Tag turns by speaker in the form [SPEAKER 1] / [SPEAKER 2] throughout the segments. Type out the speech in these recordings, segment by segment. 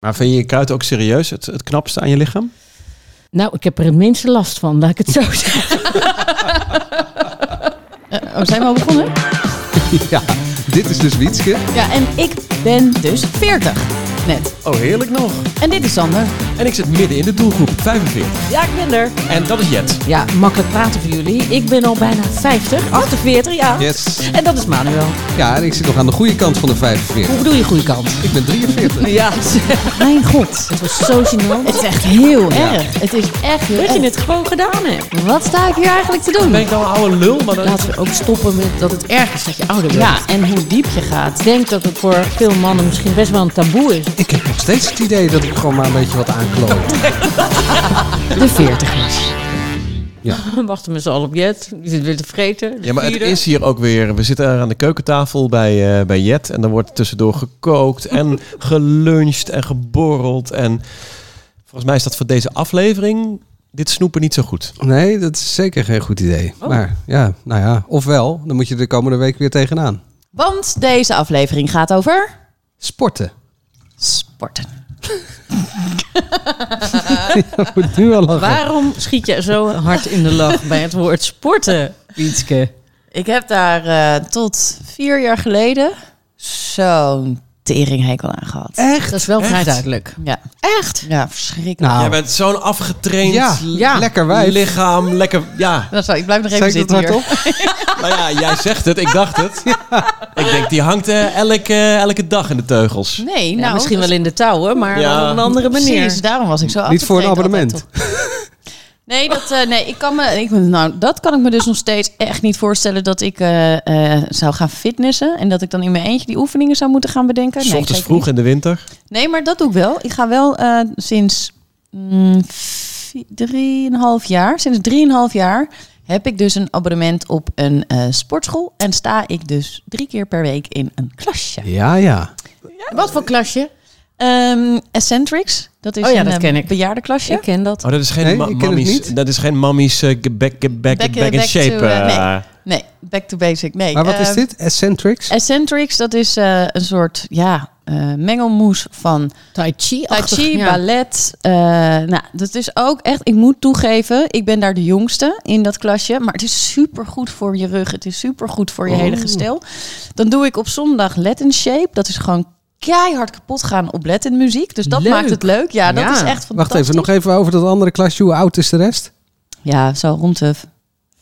[SPEAKER 1] Maar vind je je kuit ook serieus het, het knapste aan je lichaam?
[SPEAKER 2] Nou, ik heb er het minste last van, laat ik het zo zeggen.
[SPEAKER 3] Eh, oh, zijn we al begonnen?
[SPEAKER 1] Ja, dit is dus Wietske.
[SPEAKER 3] Ja, en ik ben dus 40 net.
[SPEAKER 1] Oh, heerlijk nog.
[SPEAKER 3] En dit is Sander.
[SPEAKER 1] En ik zit midden in de doelgroep, 45.
[SPEAKER 2] Ja, ik ben er.
[SPEAKER 1] En dat is Jet.
[SPEAKER 2] Ja, makkelijk praten voor jullie. Ik ben al bijna 50, 48 ja.
[SPEAKER 4] Yes.
[SPEAKER 2] En dat is Manuel.
[SPEAKER 4] Ja, en ik zit nog aan de goede kant van de 45.
[SPEAKER 2] Hoe bedoel je goede kant?
[SPEAKER 4] Ik ben 43.
[SPEAKER 2] Ja. Mijn god, het was zo gênant.
[SPEAKER 3] Het is echt heel erg. Het is echt heel
[SPEAKER 2] Dat je
[SPEAKER 3] erg.
[SPEAKER 2] het gewoon gedaan hebt.
[SPEAKER 3] Wat sta ik hier eigenlijk te doen?
[SPEAKER 1] Ben ik nou een oude lul? Maar dat...
[SPEAKER 2] Laten we ook stoppen met dat het erg is dat je ouder bent.
[SPEAKER 3] Ja, en hoe diep je gaat.
[SPEAKER 2] Ik denk dat het voor veel mannen misschien best wel een taboe is.
[SPEAKER 4] Ik heb nog steeds het idee dat ik gewoon maar een beetje wat aankloot.
[SPEAKER 3] De 40 is.
[SPEAKER 2] We wachten met z'n allen op Jet. Die zit weer te vreten.
[SPEAKER 1] Ja, maar het
[SPEAKER 2] Vierde.
[SPEAKER 1] is hier ook weer. We zitten aan de keukentafel bij, eh, bij Jet. En dan wordt tussendoor gekookt en geluncht en geborreld. En volgens mij is dat voor deze aflevering dit snoepen niet zo goed.
[SPEAKER 4] Nee, dat is zeker geen goed idee.
[SPEAKER 2] Oh.
[SPEAKER 4] Maar ja, nou ja, ofwel, dan moet je de komende week weer tegenaan.
[SPEAKER 3] Want deze aflevering gaat over
[SPEAKER 4] Sporten.
[SPEAKER 3] sporten.
[SPEAKER 2] Eh.
[SPEAKER 4] Dat moet nu al lachen.
[SPEAKER 2] Waarom schiet je zo hard in de lach bij het woord sporten, Ietske?
[SPEAKER 3] Ik heb daar eh, tot vier jaar geleden zo'n teringhekel aan gehad.
[SPEAKER 2] Echt? Dat is wel vrij duidelijk.
[SPEAKER 3] Ja. Eh. Echt? Ja, verschrikkelijk.
[SPEAKER 4] Nou,
[SPEAKER 1] bent zo'n afgetraind
[SPEAKER 4] ja,
[SPEAKER 2] Ja.
[SPEAKER 4] lekker wijf.
[SPEAKER 1] lichaam. Lekker, ja.
[SPEAKER 3] Dat is wel- ik blijf nog
[SPEAKER 4] Zeg
[SPEAKER 3] even
[SPEAKER 4] ik dat
[SPEAKER 3] zitten hier.
[SPEAKER 4] hardop?
[SPEAKER 1] Nou ja, jij zegt het. Ik dacht het. Ik denk, die hangt eh, elke, elke dag in de teugels.
[SPEAKER 3] Nee,
[SPEAKER 2] Ja,
[SPEAKER 3] nou,
[SPEAKER 2] misschien
[SPEAKER 3] dat-
[SPEAKER 2] wel in de touwen, maar
[SPEAKER 1] Ja.
[SPEAKER 2] wel op een andere manier.
[SPEAKER 3] Precies, daarom was ik zo
[SPEAKER 4] Niet voor een
[SPEAKER 3] afgetraind
[SPEAKER 4] abonnement.
[SPEAKER 3] altijd, toch? Nee, dat, eh, nee ik kan me, ik, nou, dat kan ik me dus nog steeds echt niet voorstellen dat ik eh, eh, zou gaan fitnessen. En dat ik dan in mijn eentje die oefeningen zou moeten gaan bedenken.
[SPEAKER 1] S
[SPEAKER 3] Nee,
[SPEAKER 1] ochtends
[SPEAKER 3] zeker
[SPEAKER 1] vroeg
[SPEAKER 3] niet.
[SPEAKER 1] in de winter.
[SPEAKER 3] Nee, maar dat doe ik wel. Ik ga wel eh, sinds mm, vi- drieënhalf jaar, sinds drieënhalf jaar heb ik dus een abonnement op een eh, sportschool. En sta ik dus drie keer per week in een klasje.
[SPEAKER 4] Ja, ja.
[SPEAKER 2] Wat voor klasje?
[SPEAKER 3] Ehm Eccentrics, dat is
[SPEAKER 2] Oh ja,
[SPEAKER 3] een
[SPEAKER 2] dat
[SPEAKER 3] eh,
[SPEAKER 2] ken ik.
[SPEAKER 3] bejaardenklasje.
[SPEAKER 2] Ik ken dat.
[SPEAKER 1] Oh, dat is geen
[SPEAKER 4] Nee,
[SPEAKER 1] ma-
[SPEAKER 4] ik ken het
[SPEAKER 1] mammies.
[SPEAKER 4] niet.
[SPEAKER 1] Dat is geen mammies eh, get back, get back,
[SPEAKER 3] Back,
[SPEAKER 1] get
[SPEAKER 3] eh,
[SPEAKER 1] back in
[SPEAKER 3] back
[SPEAKER 1] shape.
[SPEAKER 3] to, eh,
[SPEAKER 1] eh.
[SPEAKER 3] Nee, back to basic. Nee.
[SPEAKER 4] Maar wat is
[SPEAKER 3] eh,
[SPEAKER 4] dit? Eccentrics?
[SPEAKER 3] Eccentrics, dat is eh, een soort ja, eh, mengelmoes van
[SPEAKER 2] Tai Chi.
[SPEAKER 3] tai chi, ballet. eh, nou, dat is ook echt, ik moet toegeven, ik ben daar de jongste in dat klasje. Maar het is super goed voor je rug. Het is super goed voor je
[SPEAKER 4] Oh.
[SPEAKER 3] hele gestel. Dan doe ik op zondag Latin shape. Dat is gewoon keihard kapot gaan op Latin muziek. Dus dat
[SPEAKER 2] Leuk.
[SPEAKER 3] maakt het leuk. Ja, dat
[SPEAKER 2] Ja.
[SPEAKER 3] is echt fantastisch.
[SPEAKER 4] Wacht even, nog even over dat andere klasje. Hoe oud is de rest?
[SPEAKER 3] Ja, zo rond de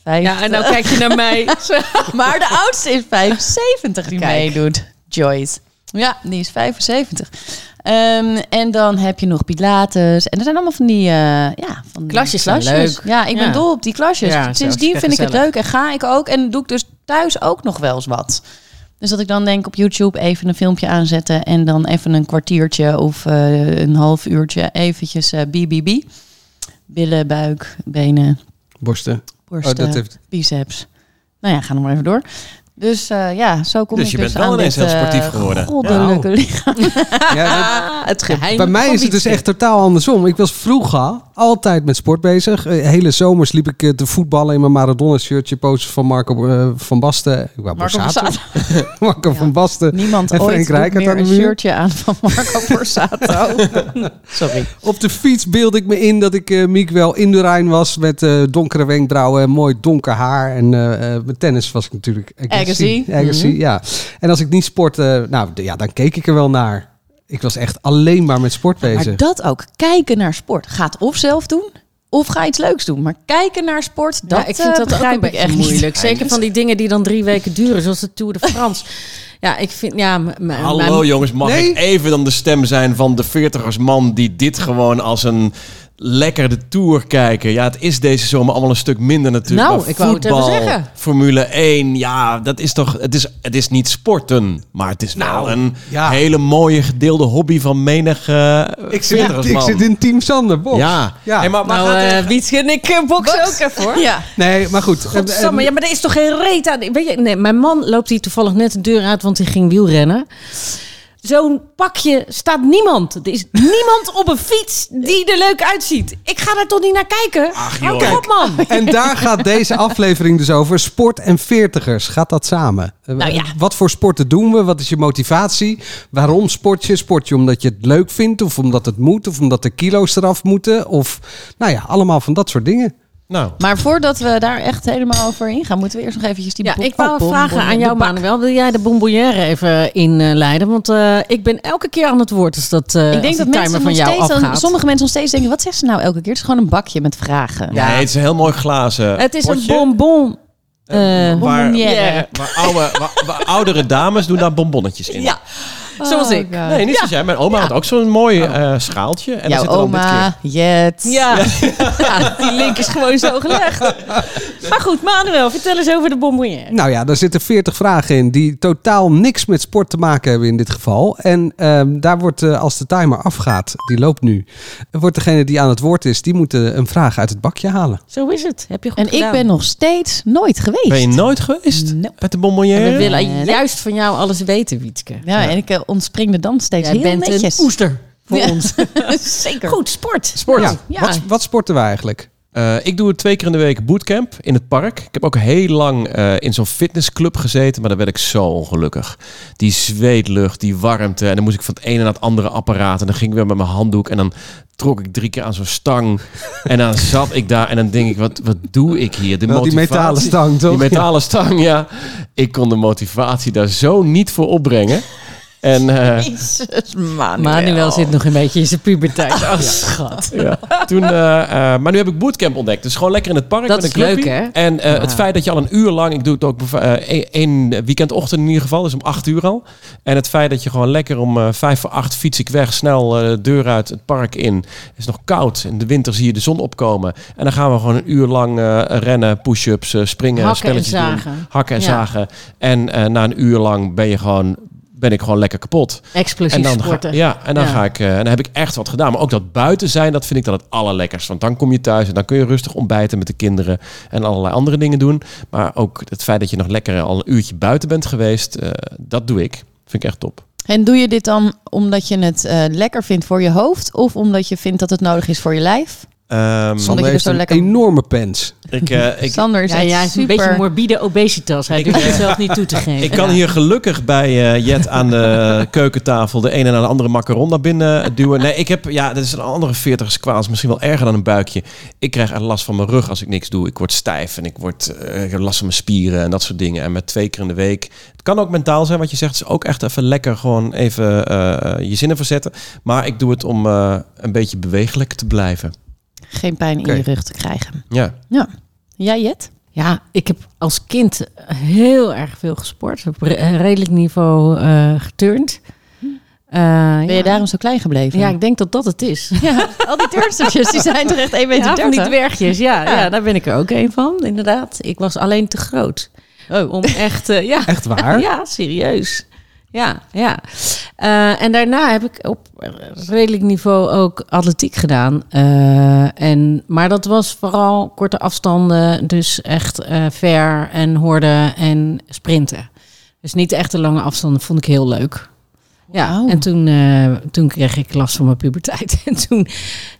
[SPEAKER 3] vijf.
[SPEAKER 2] Ja, en nou kijk je naar mij.
[SPEAKER 3] Maar de oudste is 75 die
[SPEAKER 2] Kijk.
[SPEAKER 3] meedoet. Joyce. Ja, die is 75. Ehm, en dan heb je nog Pilates. En er zijn allemaal van die... eh, ja, van die
[SPEAKER 2] Klasjes zijn leuk.
[SPEAKER 3] Ja, ik ben
[SPEAKER 2] Ja.
[SPEAKER 3] dol op die klasjes.
[SPEAKER 2] Ja,
[SPEAKER 3] Sindsdien
[SPEAKER 2] zelfs
[SPEAKER 3] vind ik het
[SPEAKER 2] gezellig.
[SPEAKER 3] leuk en ga ik ook. En doe ik dus thuis ook nog wel eens wat. Dus dat ik dan denk op YouTube even een filmpje aanzetten... en dan even een kwartiertje of eh, een half uurtje eventjes eh, BBB. Billen, buik, benen,
[SPEAKER 4] Borsten.
[SPEAKER 3] borsten
[SPEAKER 4] Oh, dat heeft...
[SPEAKER 3] eh, biceps. Nou ja, ga nog maar even door. Dus eh, ja, zo kom
[SPEAKER 1] Dus
[SPEAKER 3] ik
[SPEAKER 1] je
[SPEAKER 3] dus
[SPEAKER 1] bent wel
[SPEAKER 3] aan
[SPEAKER 1] ineens
[SPEAKER 3] dit,
[SPEAKER 1] heel
[SPEAKER 3] eh,
[SPEAKER 1] sportief geworden.
[SPEAKER 3] goddelijke lichaam.
[SPEAKER 4] Ja, dat-
[SPEAKER 2] Ah, het geheim
[SPEAKER 4] Bij mij
[SPEAKER 2] van
[SPEAKER 4] is het dus
[SPEAKER 2] Wietske.
[SPEAKER 4] echt totaal andersom. Ik was vroeger altijd met sport bezig. Eh, Hele zomers liep ik eh, te voetballen in mijn Maradona-shirtje. Posters van Marco eh, van Basten. Ik wou
[SPEAKER 3] Marco
[SPEAKER 4] Borsato.
[SPEAKER 3] Borsato.
[SPEAKER 4] Marco
[SPEAKER 3] Ja.
[SPEAKER 4] van Basten.
[SPEAKER 3] Niemand
[SPEAKER 4] En Frank
[SPEAKER 3] ooit doet
[SPEAKER 4] Rijkaard
[SPEAKER 3] meer
[SPEAKER 4] aan de
[SPEAKER 3] een
[SPEAKER 4] muur.
[SPEAKER 3] shirtje aan van Marco Borsato. Sorry.
[SPEAKER 4] Op de fiets beeld ik me in dat ik eh Miek wel in de Rijn was. Met eh, donkere wenkbrauwen en mooi donker haar. En eh, eh, met tennis was ik natuurlijk...
[SPEAKER 3] Agassi.
[SPEAKER 4] Agassi,
[SPEAKER 3] Mhm.
[SPEAKER 4] ja. En als ik niet sportte, nou d- ja, dan keek ik er wel naar. Ik was echt alleen maar met sport bezig.
[SPEAKER 3] Maar dat ook, kijken naar sport. Gaat of zelf doen, of ga iets leuks doen. Maar kijken naar sport, dat
[SPEAKER 2] ja, ik vind dat ook een
[SPEAKER 3] begrijp ik
[SPEAKER 2] beetje
[SPEAKER 3] echt
[SPEAKER 2] moeilijk.
[SPEAKER 3] niet.
[SPEAKER 2] Zeker van die dingen die dan drie weken duren, zoals de Tour de France. Ja, ik vind... Ja, m- m-
[SPEAKER 1] Hallo
[SPEAKER 2] mijn-
[SPEAKER 1] jongens, mag
[SPEAKER 4] Nee.
[SPEAKER 1] ik even dan de stem zijn van de 40ers man die dit gewoon als een lekker de tour kijken. Ja, het is deze zomer allemaal een stuk minder natuurlijk.
[SPEAKER 2] Nou,
[SPEAKER 1] maar
[SPEAKER 2] ik wou het even
[SPEAKER 1] voetbal,
[SPEAKER 2] zeggen.
[SPEAKER 1] Formule 1, ja, dat is toch het is het is niet sporten, maar het is nou een
[SPEAKER 4] ja.
[SPEAKER 1] hele mooie gedeelde hobby van menig eh, 40ers
[SPEAKER 4] ik
[SPEAKER 1] man.
[SPEAKER 4] zit in Team Sander, Bob.
[SPEAKER 1] ja.
[SPEAKER 4] Ja.
[SPEAKER 1] Hey, maar, waar
[SPEAKER 2] Nou,
[SPEAKER 1] gaat het-
[SPEAKER 2] eh Wietske en ik eh, boksen ook even hoor.
[SPEAKER 3] Ja.
[SPEAKER 4] Nee, maar goed.
[SPEAKER 2] Godsamme, ja, maar er is toch geen reet aan. Weet je, nee, mijn man loopt hier toevallig net de deur uit, want hij ging wielrennen. zo'n pakje staat niemand. Er is niemand op een fiets die er leuk uitziet. Ik ga daar toch niet naar kijken?
[SPEAKER 1] Ach,
[SPEAKER 2] Hou
[SPEAKER 1] joh.
[SPEAKER 2] toch op, man.
[SPEAKER 4] En daar gaat deze aflevering dus over. Sport en veertigers, gaat dat samen? Eh,
[SPEAKER 2] Nou ja.
[SPEAKER 4] Wat voor sporten doen we? Wat is je motivatie? Waarom sport je? Sport je omdat je het leuk vindt? Of omdat het moet? Of omdat de kilo's eraf moeten? Of nou ja, allemaal van dat soort dingen.
[SPEAKER 1] Nou,
[SPEAKER 3] Maar voordat we daar echt helemaal over ingaan, moeten we eerst nog eventjes die
[SPEAKER 2] Ja,
[SPEAKER 3] bo-
[SPEAKER 2] ik
[SPEAKER 3] oh,
[SPEAKER 2] wou
[SPEAKER 3] bon-
[SPEAKER 2] vragen
[SPEAKER 3] bon-
[SPEAKER 2] aan
[SPEAKER 3] de
[SPEAKER 2] jou,
[SPEAKER 3] bak-
[SPEAKER 2] Manuel. Wil jij de bonbonnière even inleiden? Want eh, ik ben elke keer aan het woord. Dus dat, eh,
[SPEAKER 3] Ik denk
[SPEAKER 2] als
[SPEAKER 3] dat
[SPEAKER 2] de timer
[SPEAKER 3] mensen
[SPEAKER 2] van
[SPEAKER 3] nog
[SPEAKER 2] jou
[SPEAKER 3] steeds, dan-
[SPEAKER 2] afgaat.
[SPEAKER 3] sommige mensen nog steeds denken, wat zegt ze nou elke keer? Het is gewoon een bakje met vragen.
[SPEAKER 2] Ja.
[SPEAKER 1] nee, het is een heel mooi glazen
[SPEAKER 2] Het is een
[SPEAKER 1] potje,
[SPEAKER 2] bonbon.
[SPEAKER 1] eh,
[SPEAKER 2] eh,
[SPEAKER 1] waar,
[SPEAKER 2] bonbonnière.
[SPEAKER 1] waar oude, waar- waar oudere dames doen daar bonbonnetjes in.
[SPEAKER 2] Ja, Oh, zoals ik.
[SPEAKER 1] Nee, niet zoals jij. Mijn oma had ook zo'n mooi
[SPEAKER 2] Oh.
[SPEAKER 1] eh, schaaltje. En daar
[SPEAKER 3] Oh, Jouw
[SPEAKER 1] zit er dan dit keer-
[SPEAKER 3] oma, Jet.
[SPEAKER 2] Ja. Ja, die link is gewoon zo gelegd. Maar goed, Manuel, vertel eens over de bonbonnière.
[SPEAKER 4] Nou ja, daar zitten 40 vragen in die totaal niks met sport te maken hebben in dit geval. En ehm, daar wordt, eh, als de timer afgaat, die loopt nu, wordt degene die aan het woord is, die moet eh, een vraag uit het bakje halen.
[SPEAKER 2] Zo is het. Heb je goed
[SPEAKER 3] En
[SPEAKER 2] gedaan.
[SPEAKER 3] ik ben nog steeds nooit geweest.
[SPEAKER 1] Ben je nooit geweest
[SPEAKER 3] Nope.
[SPEAKER 1] met de
[SPEAKER 2] En we
[SPEAKER 1] bonbonnière?
[SPEAKER 2] willen
[SPEAKER 3] Nee.
[SPEAKER 2] juist van jou alles weten, Wietke.
[SPEAKER 3] Ja, en ik eh, ontspring de dans steeds
[SPEAKER 2] Jij
[SPEAKER 3] heel
[SPEAKER 2] bent
[SPEAKER 3] netjes.
[SPEAKER 2] een oester voor
[SPEAKER 3] Ja.
[SPEAKER 2] ons.
[SPEAKER 3] Zeker.
[SPEAKER 2] Goed, sport.
[SPEAKER 1] Sport.
[SPEAKER 4] Ja,
[SPEAKER 3] Ja.
[SPEAKER 4] Wat, wat sporten we eigenlijk?
[SPEAKER 1] Eh, ik doe het twee keer in de week bootcamp in het park. Ik heb ook heel lang eh, in zo'n fitnessclub gezeten, maar daar werd ik zo ongelukkig. Die zweetlucht, die warmte. En dan moest ik van het ene naar het andere apparaat. En dan ging ik weer met mijn handdoek en dan trok ik drie keer aan zo'n stang. en dan zat ik daar en dan denk ik, wat, wat doe ik hier? De
[SPEAKER 4] Wel, die
[SPEAKER 1] motivatie-
[SPEAKER 4] metalen stang, toch?
[SPEAKER 1] Die metalen stang, ja. Ik kon de motivatie daar zo niet voor opbrengen. En eh,
[SPEAKER 3] Jezus, Manuel.
[SPEAKER 2] Manuel zit nog een beetje in zijn puberteit. Oh, schat.
[SPEAKER 1] Ja. Toen, eh, eh, maar nu heb ik bootcamp ontdekt. Dus gewoon lekker in het park
[SPEAKER 2] Dat
[SPEAKER 1] met een
[SPEAKER 2] is leuk,
[SPEAKER 1] clubje.
[SPEAKER 2] hè?
[SPEAKER 1] En eh, het
[SPEAKER 2] Ja.
[SPEAKER 1] feit dat je al een uur lang... Ik doe het ook bev- eh, één één weekendochtend in ieder geval. Dus om acht uur al. En het feit dat je gewoon lekker om eh, vijf voor acht fiets ik weg. Snel eh, de deur uit het park in. Het is nog koud. In de winter zie je de zon opkomen. En dan gaan we gewoon een uur lang eh, rennen, push-ups, eh, springen,
[SPEAKER 2] Hakken en
[SPEAKER 1] spelletjes doen.
[SPEAKER 2] zagen.
[SPEAKER 1] Hakken en
[SPEAKER 2] Ja.
[SPEAKER 1] zagen. En eh, na een uur lang ben, je gewoon, ben ik gewoon lekker kapot.
[SPEAKER 2] Explosief
[SPEAKER 1] En dan ga-
[SPEAKER 2] sporten.
[SPEAKER 1] ja, en dan,
[SPEAKER 2] Ja.
[SPEAKER 1] Ga ik, eh, en dan heb ik echt wat gedaan. Maar ook dat buiten zijn, dat vind ik dan het allerlekkerst. Want dan kom je thuis en dan kun je rustig ontbijten met de kinderen. En allerlei andere dingen doen. Maar ook het feit dat je nog lekker al een uurtje buiten bent geweest. eh, dat doe ik. Vind ik echt top.
[SPEAKER 3] En doe je dit dan omdat je het eh, lekker vindt voor je hoofd of omdat je vindt dat het nodig is voor je lijf?
[SPEAKER 1] Mm.
[SPEAKER 3] Sander
[SPEAKER 4] Sander
[SPEAKER 3] je
[SPEAKER 4] heeft
[SPEAKER 3] er zo
[SPEAKER 4] een
[SPEAKER 3] lekker-
[SPEAKER 4] enorme pens.
[SPEAKER 1] Ehm, ik, eh, ik,
[SPEAKER 3] Sander is
[SPEAKER 2] Ja,
[SPEAKER 3] echt
[SPEAKER 2] ja, hij is een
[SPEAKER 3] super...
[SPEAKER 2] beetje morbide obesitas. Hij
[SPEAKER 1] Ik,
[SPEAKER 2] durft
[SPEAKER 1] eh,
[SPEAKER 2] zichzelf niet toe te geven.
[SPEAKER 1] ik kan
[SPEAKER 2] Ja.
[SPEAKER 1] hier gelukkig bij eh, Jet aan de keukentafel de ene na de andere macaron naar binnen duwen. Nee, ik heb, ja, dat is een andere 40 kwaals, misschien wel erger dan een buikje. Ik krijg er last van mijn rug als ik niks doe. Ik word stijf en ik, word, eh, ik heb last van mijn spieren en dat soort dingen. En met twee keer in de week. Het kan ook mentaal zijn wat je zegt. Het is ook echt even lekker gewoon even eh, je zinnen verzetten. Maar ik doe het om eh, een beetje bewegelijk te blijven.
[SPEAKER 3] geen pijn
[SPEAKER 4] Oké.
[SPEAKER 3] in je rug te krijgen.
[SPEAKER 1] Ja.
[SPEAKER 3] Jij, Jet?
[SPEAKER 2] Ja, ik heb als kind heel erg veel gesport. Op re- een redelijk niveau eh geturnd. Eh,
[SPEAKER 3] Ben
[SPEAKER 2] ja.
[SPEAKER 3] je daarom zo klein gebleven?
[SPEAKER 2] Ja, ik denk dat dat het is.
[SPEAKER 3] Ja, al die turnstertjes, die zijn terecht 1,30
[SPEAKER 2] Ja,
[SPEAKER 3] meter.
[SPEAKER 2] van die dwergjes, ja, ja.
[SPEAKER 3] Ja.
[SPEAKER 2] daar ben ik er ook een van, inderdaad. Ik was alleen te groot. Om echt, eh, ja,
[SPEAKER 4] Echt waar?
[SPEAKER 2] ja, serieus. Ja, ja. Eh, en daarna heb ik op redelijk niveau ook atletiek gedaan. Eh, en, maar dat was vooral korte afstanden, dus echt eh, ver en horden en sprinten. Dus niet echt de lange afstanden vond ik heel leuk. Ja,
[SPEAKER 3] Wauw.
[SPEAKER 2] en toen, eh, toen kreeg ik last van mijn puberteit. En toen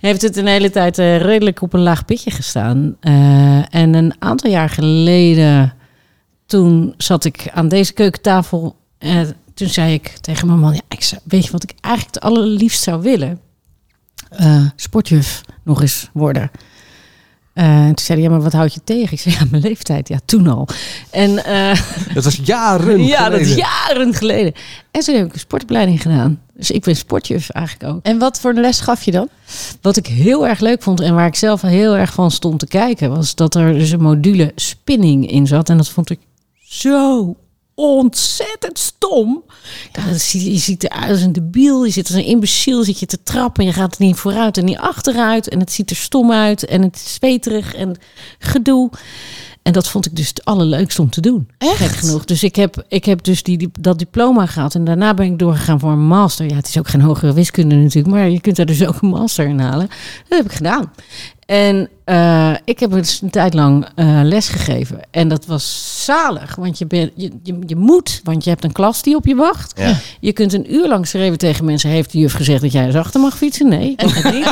[SPEAKER 2] heeft het een hele tijd eh, redelijk op een laag pitje gestaan. Eh, en een aantal jaar geleden, toen zat ik aan deze keukentafel. eh, toen zei ik tegen mijn man, ja, ik zou- weet je wat ik eigenlijk het allerliefst zou willen? Eh, sportjuf nog eens worden. Eh, toen zei hij, ja, maar wat houd je tegen? Ik zei, ja, mijn leeftijd. Ja, toen al. En... eh,
[SPEAKER 4] Dat was jaren
[SPEAKER 2] ja, dat is
[SPEAKER 4] geleden.
[SPEAKER 2] jaren geleden. En toen heb ik een sportopleiding gedaan. Dus ik ben sportjuf eigenlijk ook.
[SPEAKER 3] En wat voor les gaf je dan?
[SPEAKER 2] Wat ik heel erg leuk vond en waar ik zelf heel erg van stond te kijken, was dat er dus een module spinning in zat. En dat vond ik zo ontzettend stom. Ik dacht, dat zie- Je ziet eruit als een debiel, je zit als een imbeciel, zit je te trappen. Je gaat niet vooruit en niet achteruit. En het ziet er stom uit en het is zweterig en gedoe. En dat vond ik dus het allerleukste om te doen.
[SPEAKER 3] Echt?
[SPEAKER 2] Gek genoeg. Dus ik heb, ik heb dus die, die- dat diploma gehad. En daarna ben ik doorgegaan voor een master. Ja, het is ook geen hogere wiskunde natuurlijk. Maar je kunt daar dus ook een master in halen. Dat heb ik gedaan. En eh, ik heb dus een tijd lang eh, lesgegeven. En dat was zalig, want je, bent je, je, je moet, want je hebt een klas die op je wacht.
[SPEAKER 1] Ja.
[SPEAKER 2] Je kunt een uur lang schreeuwen tegen mensen. Heeft de juf gezegd dat jij eens achter mag fietsen? Nee.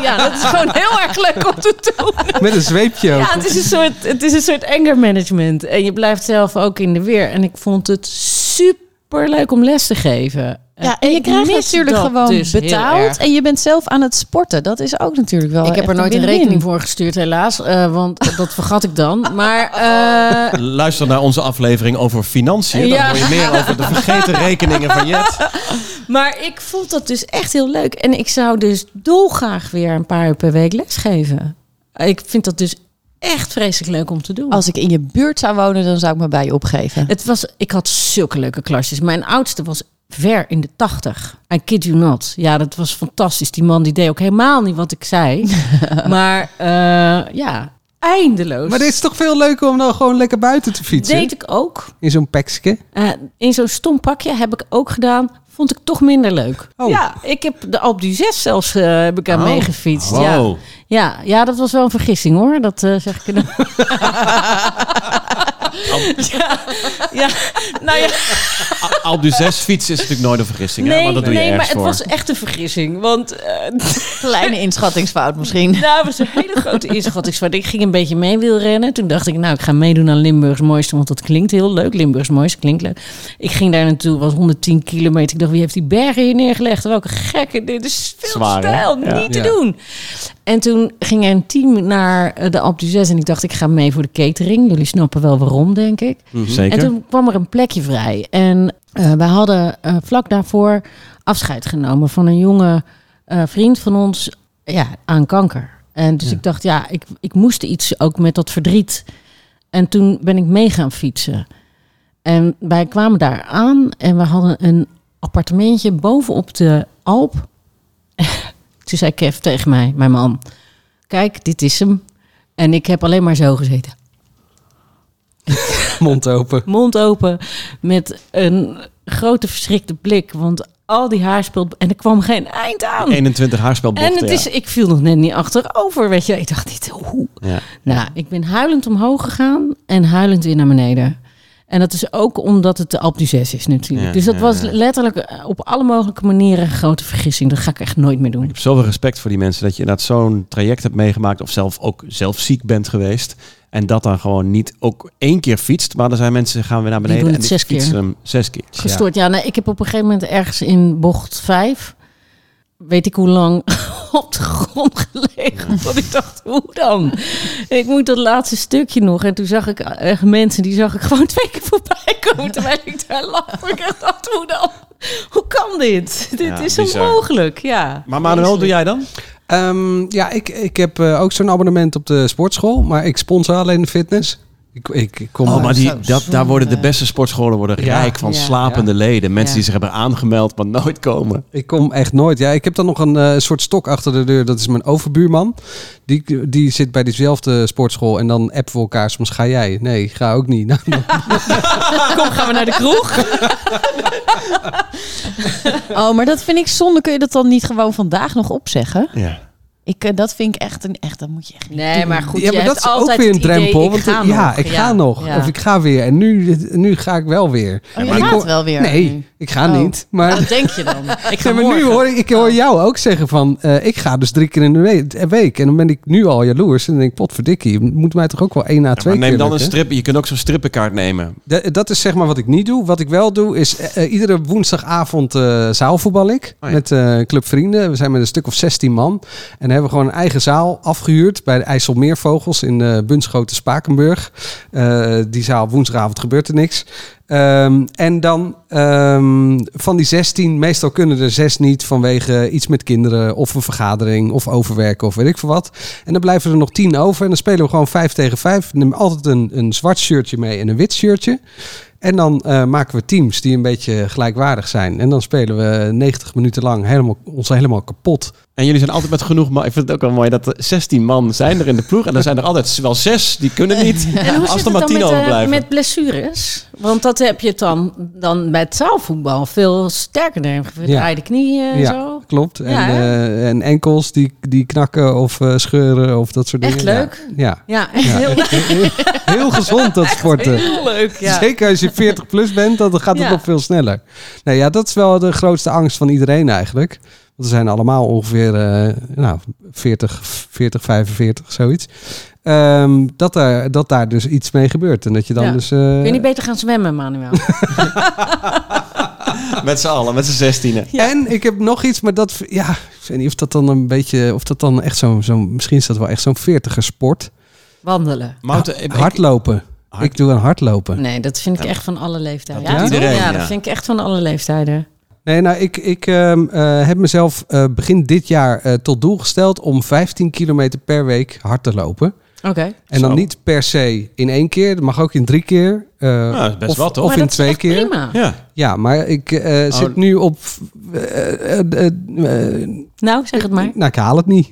[SPEAKER 2] Ja, dat is gewoon heel erg leuk om te doen.
[SPEAKER 4] Met een zweepje ook.
[SPEAKER 2] Ja, het is, een soort, het is een soort anger management. En je blijft zelf ook in de weer. En ik vond het super leuk om les te geven.
[SPEAKER 3] Ja, en je
[SPEAKER 2] ik
[SPEAKER 3] krijgt
[SPEAKER 2] mis
[SPEAKER 3] natuurlijk
[SPEAKER 2] dat
[SPEAKER 3] gewoon
[SPEAKER 2] dus heel erg.
[SPEAKER 3] betaald. En je bent zelf aan het sporten. Dat is ook natuurlijk wel.
[SPEAKER 2] ik heb
[SPEAKER 3] echt
[SPEAKER 2] er nooit een
[SPEAKER 3] win-win.
[SPEAKER 2] rekening voor gestuurd, helaas. eh, want dat vergat ik dan. Maar eh,
[SPEAKER 1] Luister naar onze aflevering over financiën. Dan
[SPEAKER 2] Ja.
[SPEAKER 1] hoor je meer over de vergeten rekeningen van Jet.
[SPEAKER 2] Maar ik vond dat dus echt heel leuk. En ik zou dus dolgraag weer een paar uur per week lesgeven. Ik vind dat dus echt vreselijk leuk om te doen.
[SPEAKER 3] Als ik in je buurt zou wonen, dan zou ik me bij je opgeven.
[SPEAKER 2] Het was, ik had zulke leuke klasjes. Mijn oudste was ver in de tachtig. I kid you not. Ja, dat was fantastisch. Die man die deed ook helemaal niet wat ik zei. maar eh, ja, eindeloos.
[SPEAKER 4] Maar dit is toch veel leuker om dan gewoon lekker buiten te fietsen?
[SPEAKER 2] deed ik ook.
[SPEAKER 4] In zo'n pekske.
[SPEAKER 2] Eh, in zo'n stom pakje heb ik ook gedaan. Vond ik toch minder leuk.
[SPEAKER 4] Oh.
[SPEAKER 2] Ja, ik heb de Alp du 6 zelfs eh, heb ik aan
[SPEAKER 1] Oh.
[SPEAKER 2] meegefietst. Ja.
[SPEAKER 1] Wow.
[SPEAKER 2] Ja, ja, dat was wel een vergissing hoor. Dat eh, zeg ik er nou. ja, ja, nou ja.
[SPEAKER 1] Al- Alp du 6 fiets is natuurlijk nooit een vergissing. hè?
[SPEAKER 2] Nee,
[SPEAKER 1] Want dat doe je
[SPEAKER 2] nee maar
[SPEAKER 1] ergens voor.
[SPEAKER 2] het was echt een vergissing. Want eh
[SPEAKER 3] Kleine inschattingsfout misschien.
[SPEAKER 2] nou, het was een hele grote inschattingsfout. Ik ging een beetje mee wielrennen. Toen dacht ik, nou, ik ga meedoen aan Limburgs Mooiste. Want dat klinkt heel leuk. Limburgs Mooiste klinkt leuk. Ik ging daar naartoe, was 110 kilometer. Ik dacht, wie heeft die bergen hier neergelegd? Welke gekke, dit is veel
[SPEAKER 1] Zwaar, hè?
[SPEAKER 2] stijl.
[SPEAKER 1] Ja.
[SPEAKER 2] Niet te
[SPEAKER 4] Ja.
[SPEAKER 2] doen. En toen ging er een team naar eh, de Alpe du 6. En ik dacht, ik ga mee voor de catering. Jullie snappen wel waarom, denk ik.
[SPEAKER 1] Zeker.
[SPEAKER 2] En toen kwam er een plekje vrij. En eh we hadden eh, vlak daarvoor afscheid genomen van een jonge eh, vriend van ons ja, aan kanker. En dus ik dacht, ja, ik, ik moest iets ook met dat verdriet. En toen ben ik mee gaan fietsen. En wij kwamen daar aan en we hadden een appartementje bovenop de Alp. toen zei Kev tegen mij, mijn man, kijk, dit is hem. En ik heb alleen maar zo gezeten
[SPEAKER 4] Mond open.
[SPEAKER 2] mond open met een grote verschrikte blik. Want al die haarspel... En er kwam geen eind aan.
[SPEAKER 1] 21 haarspelbochten.
[SPEAKER 2] en het is, ik viel nog net niet achterover, weet je. Ik dacht niet, hoe?
[SPEAKER 1] Ja.
[SPEAKER 2] Nou, ik ben huilend omhoog gegaan en huilend weer naar beneden. En dat is ook omdat het de Alp du 6 is natuurlijk.
[SPEAKER 1] Ja,
[SPEAKER 2] dus dat
[SPEAKER 1] ja,
[SPEAKER 2] was
[SPEAKER 1] ja.
[SPEAKER 2] letterlijk eh, op alle mogelijke manieren een grote vergissing. Dat ga ik echt nooit meer
[SPEAKER 1] Ik
[SPEAKER 2] doen.
[SPEAKER 1] heb zoveel respect voor die mensen dat je inderdaad zo'n traject hebt meegemaakt of zelf ook zelf ziek bent geweest. En dat dan gewoon niet ook één keer fietst. Maar er zijn mensen die gaan weer naar
[SPEAKER 2] Die
[SPEAKER 1] beneden
[SPEAKER 2] doen
[SPEAKER 1] en
[SPEAKER 2] het
[SPEAKER 1] die
[SPEAKER 2] zes keer.
[SPEAKER 1] fietsen hem zes keer.
[SPEAKER 2] Gestoord, ja. nou, ik heb op een gegeven moment ergens in bocht 5... weet ik hoe lang op de grond gelegen. Want ik dacht, hoe dan? Ik moet dat laatste stukje nog. En toen zag ik eh, mensen, die zag ik gewoon twee keer voorbij komen. Terwijl ik daar lag. Ik dacht, hoe dan? Hoe kan dit? Dit
[SPEAKER 1] Ja,
[SPEAKER 2] is
[SPEAKER 1] bizar.
[SPEAKER 2] onmogelijk, ja.
[SPEAKER 1] Maar Manuel, doe jij dan?
[SPEAKER 4] Ehm, ja, ik, ik heb eh, ook zo'n abonnement op de sportschool. Maar ik sponsor alleen de fitness. Ik, ik, ik kom
[SPEAKER 1] Oh, maar die,
[SPEAKER 3] zo
[SPEAKER 1] dat, daar
[SPEAKER 3] zonde.
[SPEAKER 1] worden de beste sportscholen worden
[SPEAKER 4] Ja.
[SPEAKER 1] rijk van
[SPEAKER 2] Ja.
[SPEAKER 1] slapende leden. Mensen
[SPEAKER 2] Ja.
[SPEAKER 1] die zich hebben aangemeld, maar nooit komen.
[SPEAKER 4] Ik kom echt nooit. Ja, ik heb dan nog een eh, soort stok achter de deur. Dat is mijn overbuurman. Die, die zit bij diezelfde sportschool. En dan appen we elkaar. Soms ga jij. Nee, ga ook niet. Nou, dan-
[SPEAKER 2] Kom, gaan we naar de kroeg?
[SPEAKER 3] Oh, maar dat vind ik zonde. Kun je dat dan niet gewoon vandaag nog opzeggen?
[SPEAKER 1] Ja.
[SPEAKER 3] Ik, eh, dat vind ik echt een echt. Dat moet je echt niet.
[SPEAKER 2] Nee, maar goed,
[SPEAKER 4] ja, maar dat is ook weer een drempel. want ja, ik ga nog. Of ik ga weer. En nu, nu ga ik wel weer.
[SPEAKER 3] Oh, je
[SPEAKER 4] En ik
[SPEAKER 3] gaat
[SPEAKER 4] hoor-
[SPEAKER 3] wel weer.
[SPEAKER 4] Nee, ik ga
[SPEAKER 3] Oh.
[SPEAKER 4] niet. Maar
[SPEAKER 2] Wat denk je dan? Ik ga
[SPEAKER 4] Nee, maar nu
[SPEAKER 2] morgen.
[SPEAKER 4] hoor ik, ik hoor jou ook zeggen van, eh, ik ga dus drie keer in de we- week. En dan ben ik nu al jaloers en dan denk ik, potverdikkie, je moet mij toch ook wel één à twee
[SPEAKER 1] maar neem
[SPEAKER 4] keer
[SPEAKER 1] dan een
[SPEAKER 4] lukken?
[SPEAKER 1] strip. Je kunt ook zo'n strippenkaart nemen.
[SPEAKER 4] Da- dat is zeg maar wat ik niet doe. Wat ik wel doe is, eh, eh, iedere woensdagavond eh, zaalvoetbal ik
[SPEAKER 1] Oh ja.
[SPEAKER 4] met eh Club Vrienden. We zijn met een stuk of 16 man. En hebben gewoon een eigen zaal afgehuurd bij de IJsselmeervogels in eh Bunschoten Spakenburg. Eh, die zaal woensdagavond gebeurt er niks. Ehm, en dan ehm, van die 16, meestal kunnen er zes niet vanwege iets met kinderen of een vergadering of overwerken of weet ik veel wat. En dan blijven er nog tien over en dan spelen we gewoon vijf tegen vijf. Neem altijd een, een zwart shirtje mee en een wit shirtje. En dan eh, maken we teams die een beetje gelijkwaardig zijn. En dan spelen we 90 minuten lang helemaal, ons helemaal kapot.
[SPEAKER 1] En jullie zijn altijd met genoeg. Maar ik vind het ook wel mooi dat er 16 man zijn er in de ploeg. En er zijn er altijd wel zes die kunnen niet.
[SPEAKER 2] En hoe
[SPEAKER 1] Als
[SPEAKER 2] zit
[SPEAKER 1] er
[SPEAKER 2] het
[SPEAKER 1] maar
[SPEAKER 2] dan
[SPEAKER 1] tien
[SPEAKER 2] met, eh,
[SPEAKER 1] overblijven.
[SPEAKER 2] met blessures? Want dat heb je dan, dan bij het zaalvoetbal veel sterker. Dan gedraaide knieën en
[SPEAKER 4] Ja.
[SPEAKER 2] zo.
[SPEAKER 4] klopt. En,
[SPEAKER 3] Ja, hè?
[SPEAKER 4] eh, en enkels die, die knakken of eh, scheuren of dat soort
[SPEAKER 3] Echt
[SPEAKER 4] dingen. Ja.
[SPEAKER 3] leuk.
[SPEAKER 4] Ja.
[SPEAKER 2] Ja, eh, echt
[SPEAKER 4] Ja,
[SPEAKER 2] heel leuk.
[SPEAKER 4] echt heel, heel gezond dat sporten.
[SPEAKER 2] Heel leuk, ja.
[SPEAKER 4] Zeker als je 40 plus bent, dan gaat het
[SPEAKER 2] Ja.
[SPEAKER 4] nog veel sneller. Nou ja, dat is wel de grootste angst van iedereen eigenlijk. Want we zijn allemaal ongeveer eh, nou, 40, 40, 45, zoiets. Ehm, dat, daar, dat daar dus iets mee gebeurt. En dat je dan
[SPEAKER 2] Ja.
[SPEAKER 4] dus... eh,
[SPEAKER 2] Kun je niet beter gaan zwemmen, Manuel?
[SPEAKER 1] Met z'n allen, met z'n zestienen.
[SPEAKER 4] En ik heb nog iets, maar dat... Ja, ik weet niet of dat dan een beetje... Of dat dan echt zo'n... zo'n misschien is dat wel echt zo'n 40er sport.
[SPEAKER 2] Wandelen.
[SPEAKER 1] Mouten, ik-
[SPEAKER 4] hardlopen.
[SPEAKER 1] hard-
[SPEAKER 4] ik doe aan hardlopen.
[SPEAKER 2] Nee, dat vind ik echt van alle leeftijden.
[SPEAKER 1] Dat doet iedereen,
[SPEAKER 2] ja, dat
[SPEAKER 1] ja.
[SPEAKER 2] vind ik echt van alle leeftijden.
[SPEAKER 4] Nee, nou, ik, ik ehm, eh, heb mezelf eh, begin dit jaar eh, tot doel gesteld om 15 kilometer per week hard te lopen.
[SPEAKER 2] Oké.
[SPEAKER 4] En
[SPEAKER 1] Zo.
[SPEAKER 4] dan niet per se in één keer, dat mag ook in drie keer. eh,
[SPEAKER 1] Nou, dat is best
[SPEAKER 4] of,
[SPEAKER 1] wat, toch?
[SPEAKER 4] Of
[SPEAKER 2] Maar
[SPEAKER 4] in
[SPEAKER 2] dat is
[SPEAKER 4] twee
[SPEAKER 2] echt
[SPEAKER 4] keer.
[SPEAKER 2] Prima.
[SPEAKER 1] Ja,
[SPEAKER 4] Ja, maar ik eh,
[SPEAKER 1] Oh.
[SPEAKER 4] zit nu op. eh, eh, eh, eh,
[SPEAKER 2] Nou, zeg het maar.
[SPEAKER 4] nou, ik haal het niet.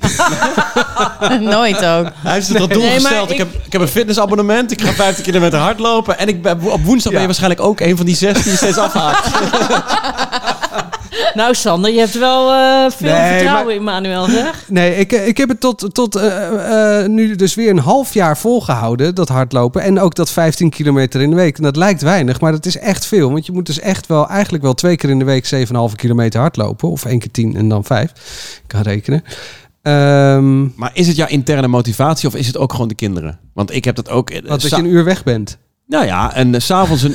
[SPEAKER 3] Nooit ook.
[SPEAKER 1] hij heeft het tot doel
[SPEAKER 2] Nee, maar
[SPEAKER 1] gesteld. Ik,
[SPEAKER 2] ik-
[SPEAKER 1] heb, ik heb een fitnessabonnement, ik ga 50 kilometer hardlopen. En ik ben, op woensdag ben je waarschijnlijk ook een van die zes die je steeds afhaakt.
[SPEAKER 2] Nou, Sander, je hebt wel eh, veel
[SPEAKER 4] Nee,
[SPEAKER 2] vertrouwen
[SPEAKER 4] maar-
[SPEAKER 2] in Manuel, zeg.
[SPEAKER 4] Nee, ik, ik heb het tot, tot eh, eh, nu dus weer een half jaar volgehouden, dat hardlopen. En ook dat 15 kilometer in de week. En dat lijkt weinig, maar dat is echt veel. Want je moet dus echt wel, eigenlijk wel twee keer in de week 7,5 kilometer hardlopen. Of één keer 10 en dan 5. Ik kan rekenen. Ehm,
[SPEAKER 1] Maar is het jouw interne motivatie of is het ook gewoon de kinderen? Want ik heb dat ook... eh,
[SPEAKER 4] wat, dat
[SPEAKER 1] sa-
[SPEAKER 4] je een uur weg bent.
[SPEAKER 1] Nou ja, en eh, s'avonds een...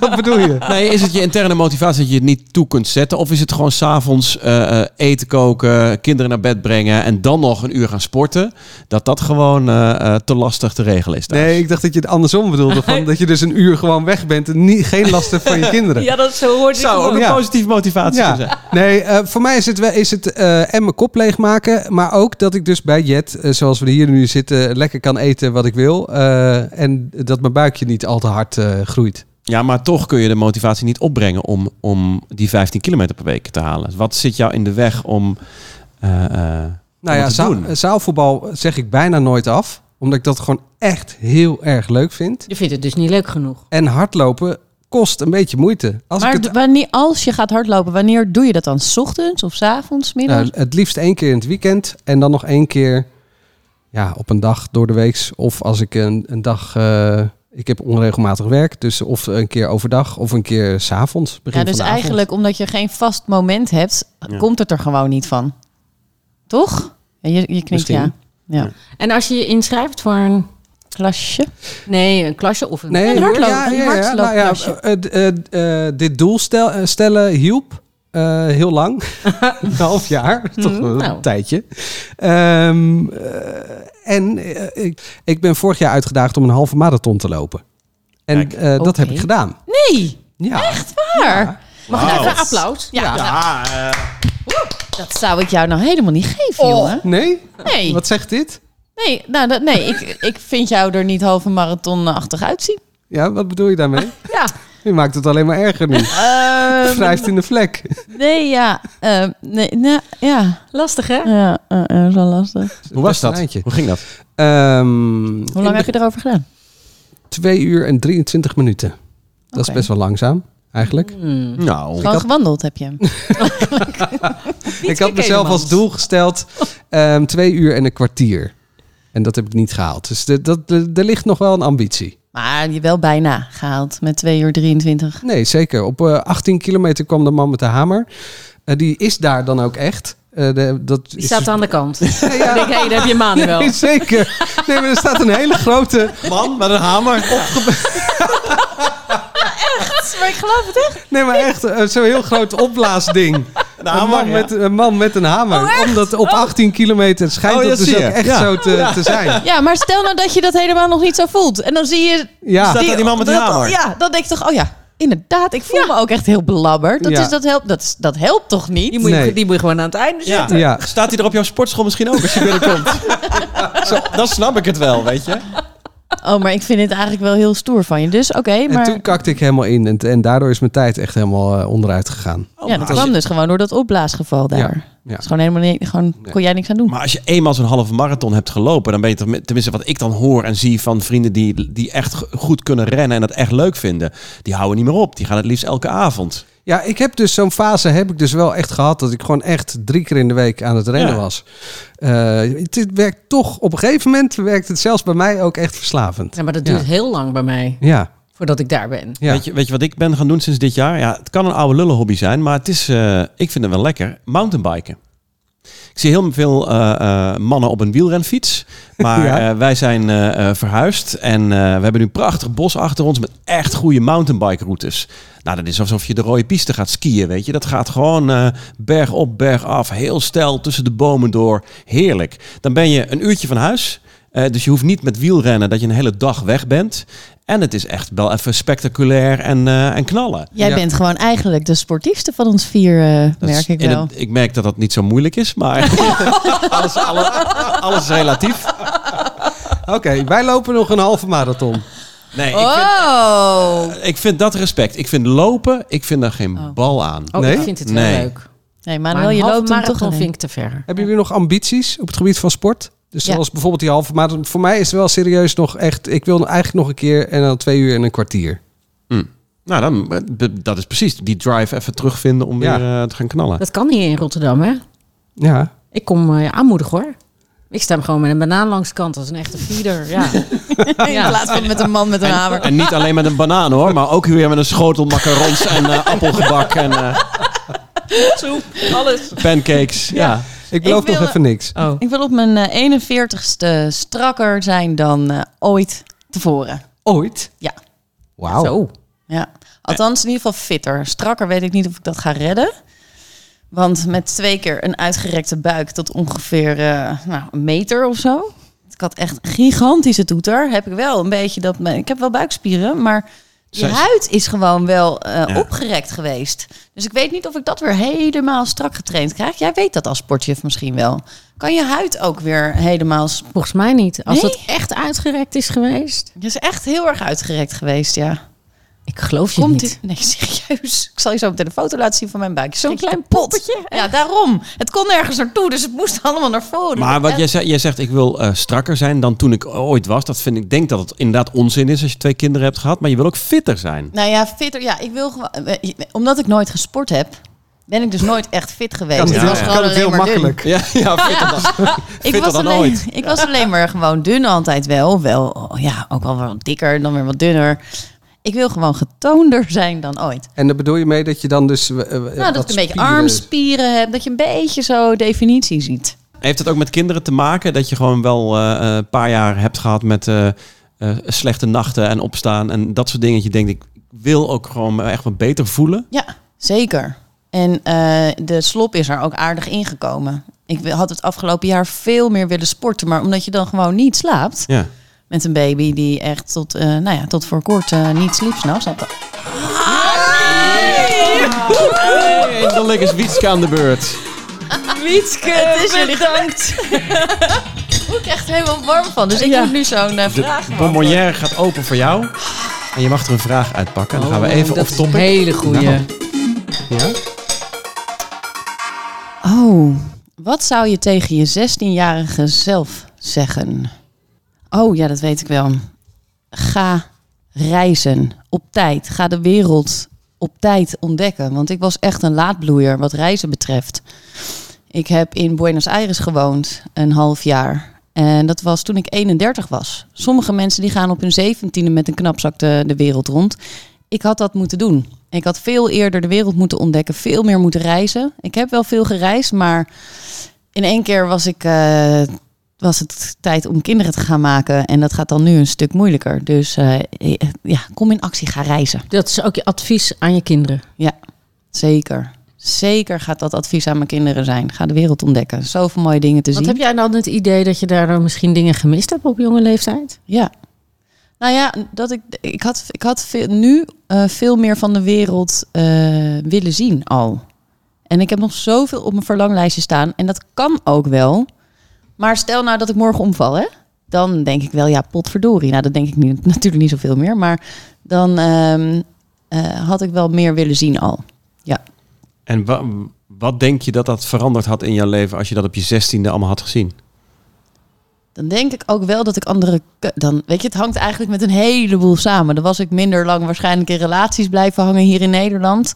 [SPEAKER 4] Wat bedoel je?
[SPEAKER 1] Nee, is het je interne motivatie dat je het niet toe kunt zetten? Of is het gewoon s'avonds eh eh, eten koken, kinderen naar bed brengen en dan nog een uur gaan sporten? Dat dat gewoon eh, eh, te lastig te regelen is. thuis?
[SPEAKER 4] Nee, ik dacht dat je het andersom bedoelde. Van, dat je dus een uur gewoon weg bent en niet, geen last hebt van je kinderen.
[SPEAKER 2] Ja, dat zo hoort
[SPEAKER 1] zou ook
[SPEAKER 2] het
[SPEAKER 1] een
[SPEAKER 4] Ja.
[SPEAKER 1] positieve motivatie kunnen zijn.
[SPEAKER 4] Nee, eh, voor mij is het, wel, is het eh, en mijn kop leegmaken. Maar ook dat ik dus bij Jet, eh, zoals we hier nu zitten, lekker kan eten wat ik wil. eh, en dat mijn buikje niet al te hard eh, groeit.
[SPEAKER 1] Ja, maar toch kun je de motivatie niet opbrengen om, om die 15 kilometer per week te halen. Wat zit jou in de weg om. eh, eh,
[SPEAKER 4] Nou
[SPEAKER 1] Om
[SPEAKER 4] ja,
[SPEAKER 1] het te
[SPEAKER 4] zaal-
[SPEAKER 1] doen.
[SPEAKER 4] zaalvoetbal zeg ik bijna nooit af. Omdat ik dat gewoon echt heel erg leuk vind.
[SPEAKER 2] Je vindt het dus niet leuk genoeg.
[SPEAKER 4] En hardlopen kost een beetje moeite. Als
[SPEAKER 3] maar
[SPEAKER 4] ik het,
[SPEAKER 3] d- wanneer, als je gaat hardlopen, wanneer doe je dat dan? 's ochtends of 's avonds, middags?
[SPEAKER 4] nou, het liefst één keer in het weekend. En dan nog één keer ja, op een dag door de week. Of als ik een, een dag... eh, ik heb onregelmatig werk, dus of een keer overdag of een keer s'avonds.
[SPEAKER 3] ja, dus eigenlijk omdat je geen vast moment hebt,
[SPEAKER 1] Ja.
[SPEAKER 3] komt het er gewoon niet van. Toch? En je, je knikt
[SPEAKER 1] Misschien.
[SPEAKER 3] ja. ja.
[SPEAKER 2] En als je je inschrijft voor een...
[SPEAKER 3] Klasje.
[SPEAKER 2] Nee, een klasje of een...
[SPEAKER 4] Nee,
[SPEAKER 3] Een hardloop-
[SPEAKER 4] ja,
[SPEAKER 3] een
[SPEAKER 4] ja, ja, nou ja,
[SPEAKER 3] hardloopklasje.
[SPEAKER 4] eh, eh, eh, eh, dit doel stel- eh, stellen hielp eh, heel lang. een half jaar,
[SPEAKER 3] Mhm.
[SPEAKER 4] toch wel een
[SPEAKER 2] nou.
[SPEAKER 4] tijdje. Ehm, eh, en eh, ik, ik ben vorig jaar uitgedaagd om een halve marathon te lopen. En
[SPEAKER 1] Kijk.
[SPEAKER 4] eh, dat heb
[SPEAKER 3] Oké.
[SPEAKER 4] ik gedaan.
[SPEAKER 3] Nee,
[SPEAKER 4] Ja.
[SPEAKER 3] waar?
[SPEAKER 2] Mag ik
[SPEAKER 1] Wauw.
[SPEAKER 2] even een applaus?
[SPEAKER 3] Ja,
[SPEAKER 1] Ja,
[SPEAKER 4] Ah, eh,
[SPEAKER 3] dat zou ik jou nou helemaal niet geven, jongen.
[SPEAKER 4] Nee?
[SPEAKER 3] Nee,
[SPEAKER 4] Wat zegt dit?
[SPEAKER 3] nee, nou, dat, nee ik, ik vind jou er niet halve marathon-achtig uitzien.
[SPEAKER 4] Ja, wat bedoel je daarmee?
[SPEAKER 3] Ja.
[SPEAKER 4] Je maakt het alleen maar erger nu.
[SPEAKER 3] Ehm,
[SPEAKER 4] Wrijft in de vlek.
[SPEAKER 3] nee, ja. ehm, nee, nou, ja.
[SPEAKER 2] Lastig, hè?
[SPEAKER 3] Ja, eh, eh, dat is wel lastig.
[SPEAKER 1] Hoe was
[SPEAKER 4] Best een
[SPEAKER 1] dat?
[SPEAKER 4] eindje.
[SPEAKER 1] Hoe ging dat?
[SPEAKER 4] Ehm,
[SPEAKER 3] Hoe lang heb je erover gedaan?
[SPEAKER 4] Twee uur en 23 minuten. Dat is
[SPEAKER 3] Oké.
[SPEAKER 4] best wel langzaam, eigenlijk.
[SPEAKER 2] Hmm.
[SPEAKER 1] Nou,
[SPEAKER 3] Gewoon
[SPEAKER 4] had-
[SPEAKER 3] gewandeld heb je.
[SPEAKER 4] ik had mezelf als doel gesteld ehm, twee uur en een kwartier. En dat heb ik niet gehaald. Dus de- dat, de- er ligt nog wel een ambitie.
[SPEAKER 3] Maar je wel bijna gehaald met 2 uur 23.
[SPEAKER 4] Nee, zeker. Op eh, 18 kilometer kwam de man met de hamer. Eh, die is daar dan ook echt. Eh, de, dat
[SPEAKER 2] Die
[SPEAKER 4] is
[SPEAKER 2] staat aan de kant.
[SPEAKER 4] Nee, ja.
[SPEAKER 2] Ik denk, hé, daar heb je Manuel.
[SPEAKER 4] Nee, zeker. Nee, maar er staat een hele grote...
[SPEAKER 1] man met een hamer.
[SPEAKER 3] Maar ik geloof het echt.
[SPEAKER 4] Nee, maar echt eh, zo'n heel groot opblaasding.
[SPEAKER 1] Een
[SPEAKER 4] een, man met, een man met een hamer. Omdat op 18 kilometer schijnt
[SPEAKER 1] Oh,
[SPEAKER 4] het
[SPEAKER 1] dat
[SPEAKER 4] dus
[SPEAKER 1] zie
[SPEAKER 4] ook
[SPEAKER 1] je.
[SPEAKER 4] echt
[SPEAKER 1] Ja.
[SPEAKER 4] zo te, te zijn.
[SPEAKER 3] Ja, maar stel nou dat je dat helemaal nog niet zo voelt. En dan zie je...
[SPEAKER 4] Ja.
[SPEAKER 1] Staat daar die man met de
[SPEAKER 3] dat-
[SPEAKER 1] hamer?
[SPEAKER 3] Ja, dan denk ik toch, oh ja, inderdaad. Ik voel me ook echt heel belabberd. Dat,
[SPEAKER 4] Ja.
[SPEAKER 3] is, dat, helpt, dat, is- dat helpt toch niet?
[SPEAKER 2] Die moet, je,
[SPEAKER 4] Nee.
[SPEAKER 2] die moet je gewoon aan het einde zetten.
[SPEAKER 1] Ja.
[SPEAKER 4] Ja.
[SPEAKER 1] Staat hij er op jouw sportschool misschien ook als je binnenkomt? Zo, dan snap ik het wel, weet je.
[SPEAKER 3] Oh, maar ik vind het eigenlijk wel heel stoer van je. Dus oké, maar...
[SPEAKER 4] En toen kakte ik helemaal in. En, en daardoor is mijn tijd echt helemaal eh, onderuit gegaan.
[SPEAKER 1] Oh,
[SPEAKER 3] ja, dat kwam dus gewoon door dat opblaasgeval daar.
[SPEAKER 4] Ja.
[SPEAKER 3] Dat is gewoon helemaal niet... Gewoon kon jij niks aan doen.
[SPEAKER 1] Maar als je eenmaal zo'n halve marathon hebt gelopen, dan ben je toch, tenminste wat ik dan hoor en zie van vrienden die, die echt go- goed kunnen rennen en dat echt leuk vinden, die houden niet meer op. Die gaan het liefst elke avond.
[SPEAKER 4] Ja, ik heb dus zo'n fase heb ik dus wel echt gehad dat ik gewoon echt drie keer in de week aan het rennen
[SPEAKER 1] Ja.
[SPEAKER 4] was. Eh, het, het werkt toch, op een gegeven moment werkt het zelfs bij mij ook echt verslavend.
[SPEAKER 2] Ja, maar dat
[SPEAKER 4] Ja.
[SPEAKER 2] duurt heel lang bij mij,
[SPEAKER 4] Ja,
[SPEAKER 2] voordat ik daar ben.
[SPEAKER 4] ja.
[SPEAKER 1] Weet, je, weet je wat ik ben gaan doen sinds dit jaar? Ja, het kan een oude lullenhobby zijn, maar het is, eh, ik vind het wel lekker. Mountainbiken. Ik zie heel veel eh, eh, mannen op een wielrenfiets. Maar
[SPEAKER 4] Ja.
[SPEAKER 1] eh, wij zijn eh, eh, verhuisd en eh, we hebben nu een prachtig bos achter ons met echt goede mountainbike-routes. Nou, dat is alsof je de rode piste gaat skiën, weet je. Dat gaat gewoon eh, berg op, berg af, heel steil tussen de bomen door. Heerlijk. Dan ben je een uurtje van huis. Eh, dus je hoeft niet met wielrennen dat je een hele dag weg bent. En het is echt wel even spectaculair en, eh, en knallen.
[SPEAKER 3] Jij
[SPEAKER 4] Ja.
[SPEAKER 3] bent gewoon eigenlijk de sportiefste van ons vier, eh,
[SPEAKER 1] Dat
[SPEAKER 3] merk
[SPEAKER 1] is
[SPEAKER 3] ik
[SPEAKER 1] in
[SPEAKER 3] wel.
[SPEAKER 1] het- ik merk dat dat niet zo moeilijk is, maar alles, alle- alles is relatief.
[SPEAKER 4] Oké, wij lopen nog een halve marathon.
[SPEAKER 1] Nee, ik vind,
[SPEAKER 3] Oh!
[SPEAKER 1] ik vind dat respect. Ik vind lopen, ik vind daar geen
[SPEAKER 3] Oh.
[SPEAKER 1] bal aan.
[SPEAKER 2] Oh,
[SPEAKER 4] Nee?
[SPEAKER 2] ik vind het heel
[SPEAKER 1] Nee.
[SPEAKER 2] leuk.
[SPEAKER 3] Nee,
[SPEAKER 2] Maar,
[SPEAKER 3] Manuel, je
[SPEAKER 2] een
[SPEAKER 3] loopt hem
[SPEAKER 2] marathon
[SPEAKER 3] toch alleen.
[SPEAKER 2] vind ik te ver.
[SPEAKER 4] Hebben jullie nog ambities op het gebied van sport? Dus
[SPEAKER 3] Ja.
[SPEAKER 4] zoals bijvoorbeeld die halve marathon. Voor mij is het wel serieus nog echt, ik wil eigenlijk nog een keer en dan twee uur en een kwartier.
[SPEAKER 1] Nou, dan, eh, be- dat is precies. Die drive even terugvinden om
[SPEAKER 4] Ja.
[SPEAKER 1] weer eh, te gaan knallen.
[SPEAKER 2] Dat kan hier in Rotterdam, hè?
[SPEAKER 4] Ja,
[SPEAKER 2] Ik kom eh, aanmoedigen, hoor. Ik sta hem gewoon met een banaan langs de kant als een echte feeder. Ja.
[SPEAKER 3] In plaats van met een man met een hamer.
[SPEAKER 1] En niet alleen met een banaan hoor, maar ook weer met een schotel macarons en eh, appelgebak en eh,
[SPEAKER 2] Soep, alles.
[SPEAKER 1] pancakes. Ja.
[SPEAKER 4] ik beloof
[SPEAKER 3] Ik wil-
[SPEAKER 4] nog even niks.
[SPEAKER 2] Oh.
[SPEAKER 3] Ik wil op mijn eh, 41ste strakker zijn dan eh, ooit tevoren.
[SPEAKER 4] Ooit?
[SPEAKER 3] Ja.
[SPEAKER 4] Wauw.
[SPEAKER 2] Zo.
[SPEAKER 3] Ja, althans in ieder geval fitter. Strakker weet ik niet of ik dat ga redden. Want met twee keer een uitgerekte buik tot ongeveer eh, nou, een meter of zo. Ik had echt een gigantische toeter. Heb ik wel een beetje dat... mijn- Ik heb wel buikspieren, maar je
[SPEAKER 1] Zij-
[SPEAKER 3] huid is gewoon wel eh,
[SPEAKER 1] Ja.
[SPEAKER 3] opgerekt geweest. Dus ik weet niet of ik dat weer helemaal strak getraind krijg. Jij weet dat als sportjuf misschien wel. Kan je huid ook weer helemaal... sp-
[SPEAKER 2] Volgens mij niet. Als
[SPEAKER 3] Nee?
[SPEAKER 2] dat echt uitgerekt is geweest.
[SPEAKER 3] Het is echt heel erg uitgerekt geweest, ja.
[SPEAKER 2] Ik geloof je
[SPEAKER 3] Komt
[SPEAKER 2] niet.
[SPEAKER 3] dit? Nee, serieus. Ik zal je zo meteen een foto laten zien van mijn buik.
[SPEAKER 2] Zo'n
[SPEAKER 3] Schrik je
[SPEAKER 2] klein
[SPEAKER 3] kapot.
[SPEAKER 2] poppetje,
[SPEAKER 3] Ja, daarom. Het kon nergens naartoe, dus het moest allemaal naar voren.
[SPEAKER 1] Maar wat
[SPEAKER 3] En-
[SPEAKER 1] jij zegt, jij zegt, ik wil eh, strakker zijn dan toen ik ooit was. Dat vind ik, denk dat het inderdaad onzin is als je twee kinderen hebt gehad. Maar je wil ook fitter zijn.
[SPEAKER 3] Nou ja, fitter. Ja, ik wil gewoon... eh, Omdat ik nooit gesport heb, ben ik dus nooit echt fit geweest.
[SPEAKER 4] Kan
[SPEAKER 3] ik
[SPEAKER 4] het
[SPEAKER 1] ja.
[SPEAKER 3] was
[SPEAKER 4] heel,
[SPEAKER 3] gewoon
[SPEAKER 4] kan het
[SPEAKER 3] alleen
[SPEAKER 4] heel
[SPEAKER 3] maar dun.
[SPEAKER 4] makkelijk.
[SPEAKER 1] Ja, ja fitter dan.
[SPEAKER 3] Ik
[SPEAKER 1] Fitter
[SPEAKER 3] was,
[SPEAKER 1] dan
[SPEAKER 3] alleen,
[SPEAKER 1] ooit.
[SPEAKER 3] ik was alleen maar gewoon dun altijd wel. Wel, oh ja, ook wel wat dikker, dan weer wat dunner. Ik wil gewoon getoonder zijn dan ooit.
[SPEAKER 4] En daar bedoel je mee dat je dan dus... eh, eh,
[SPEAKER 3] Nou, dat
[SPEAKER 4] wat
[SPEAKER 3] ik een beetje
[SPEAKER 4] spieren-
[SPEAKER 3] armspieren heb. Dat je een beetje zo definitie ziet.
[SPEAKER 1] Heeft het ook met kinderen te maken dat je gewoon wel eh, eh, een paar jaar hebt gehad met eh, eh, slechte nachten en opstaan en dat soort dingen? Dat je denkt, ik wil ook gewoon me echt wat beter voelen.
[SPEAKER 3] Ja, zeker. En eh, de slop is er ook aardig ingekomen. Ik had het afgelopen jaar veel meer willen sporten, maar omdat je dan gewoon niet slaapt
[SPEAKER 1] Ja.
[SPEAKER 3] met een baby die echt tot, eh, nou ja, tot voor kort eh, niet sliep s'nachts. Dat-
[SPEAKER 1] Hey, dan lekker is Wietske aan de beurt.
[SPEAKER 3] Het is jullie bedankt. Daar word ik echt helemaal warm van. Dus ik
[SPEAKER 2] Ja.
[SPEAKER 3] moet nu zo'n eh,
[SPEAKER 1] De
[SPEAKER 3] vraag beantwoorden.
[SPEAKER 1] bonbonnière gaat open voor jou. En je mag er een vraag uitpakken. Dan gaan we even
[SPEAKER 2] Oh, dat
[SPEAKER 1] of
[SPEAKER 2] is een
[SPEAKER 1] topic.
[SPEAKER 2] hele goeie.
[SPEAKER 1] Nou.
[SPEAKER 4] Ja?
[SPEAKER 3] Oh, wat zou je tegen je 16-jarige zelf zeggen? Oh ja, dat weet ik wel. Ga reizen op tijd. Ga de wereld op tijd ontdekken. Want ik was echt een laadbloeier wat reizen betreft. Ik heb in Buenos Aires gewoond een half jaar. En dat was toen ik 31 was. Sommige mensen die gaan op hun 17e met een knapzak de, de wereld rond. Ik had dat moeten doen. Ik had veel eerder de wereld moeten ontdekken, veel meer moeten reizen. Ik heb wel veel gereisd, maar in één keer was, ik, eh, was het tijd om kinderen te gaan maken. En dat gaat dan nu een stuk moeilijker. Dus eh, ja, kom in actie, ga reizen.
[SPEAKER 2] Dat is ook je advies aan je kinderen.
[SPEAKER 3] Zeker. Zeker gaat dat advies aan mijn kinderen zijn. Ga de wereld ontdekken. Zoveel mooie dingen te
[SPEAKER 2] Wat
[SPEAKER 3] zien.
[SPEAKER 2] heb jij dan het idee dat je daardoor misschien dingen gemist hebt op jonge leeftijd?
[SPEAKER 3] Ja. Nou ja, dat ik, ik had, ik had veel, nu eh, veel meer van de wereld eh, willen zien al. En ik heb nog zoveel op mijn verlanglijstje staan. En dat kan ook wel. Maar stel nou dat ik morgen omval, hè? Dan denk ik wel, ja, potverdorie. Nou, dat denk ik niet, natuurlijk niet zoveel meer. Maar dan ehm, eh, had ik wel meer willen zien al.
[SPEAKER 1] En wa- wat denk je dat dat veranderd had in jouw leven als je dat op je zestiende allemaal had gezien?
[SPEAKER 3] dan denk ik ook wel dat ik andere... keu- Dan, weet je, het hangt eigenlijk met een heleboel samen. Dan was ik minder lang waarschijnlijk in relaties blijven hangen hier in Nederland.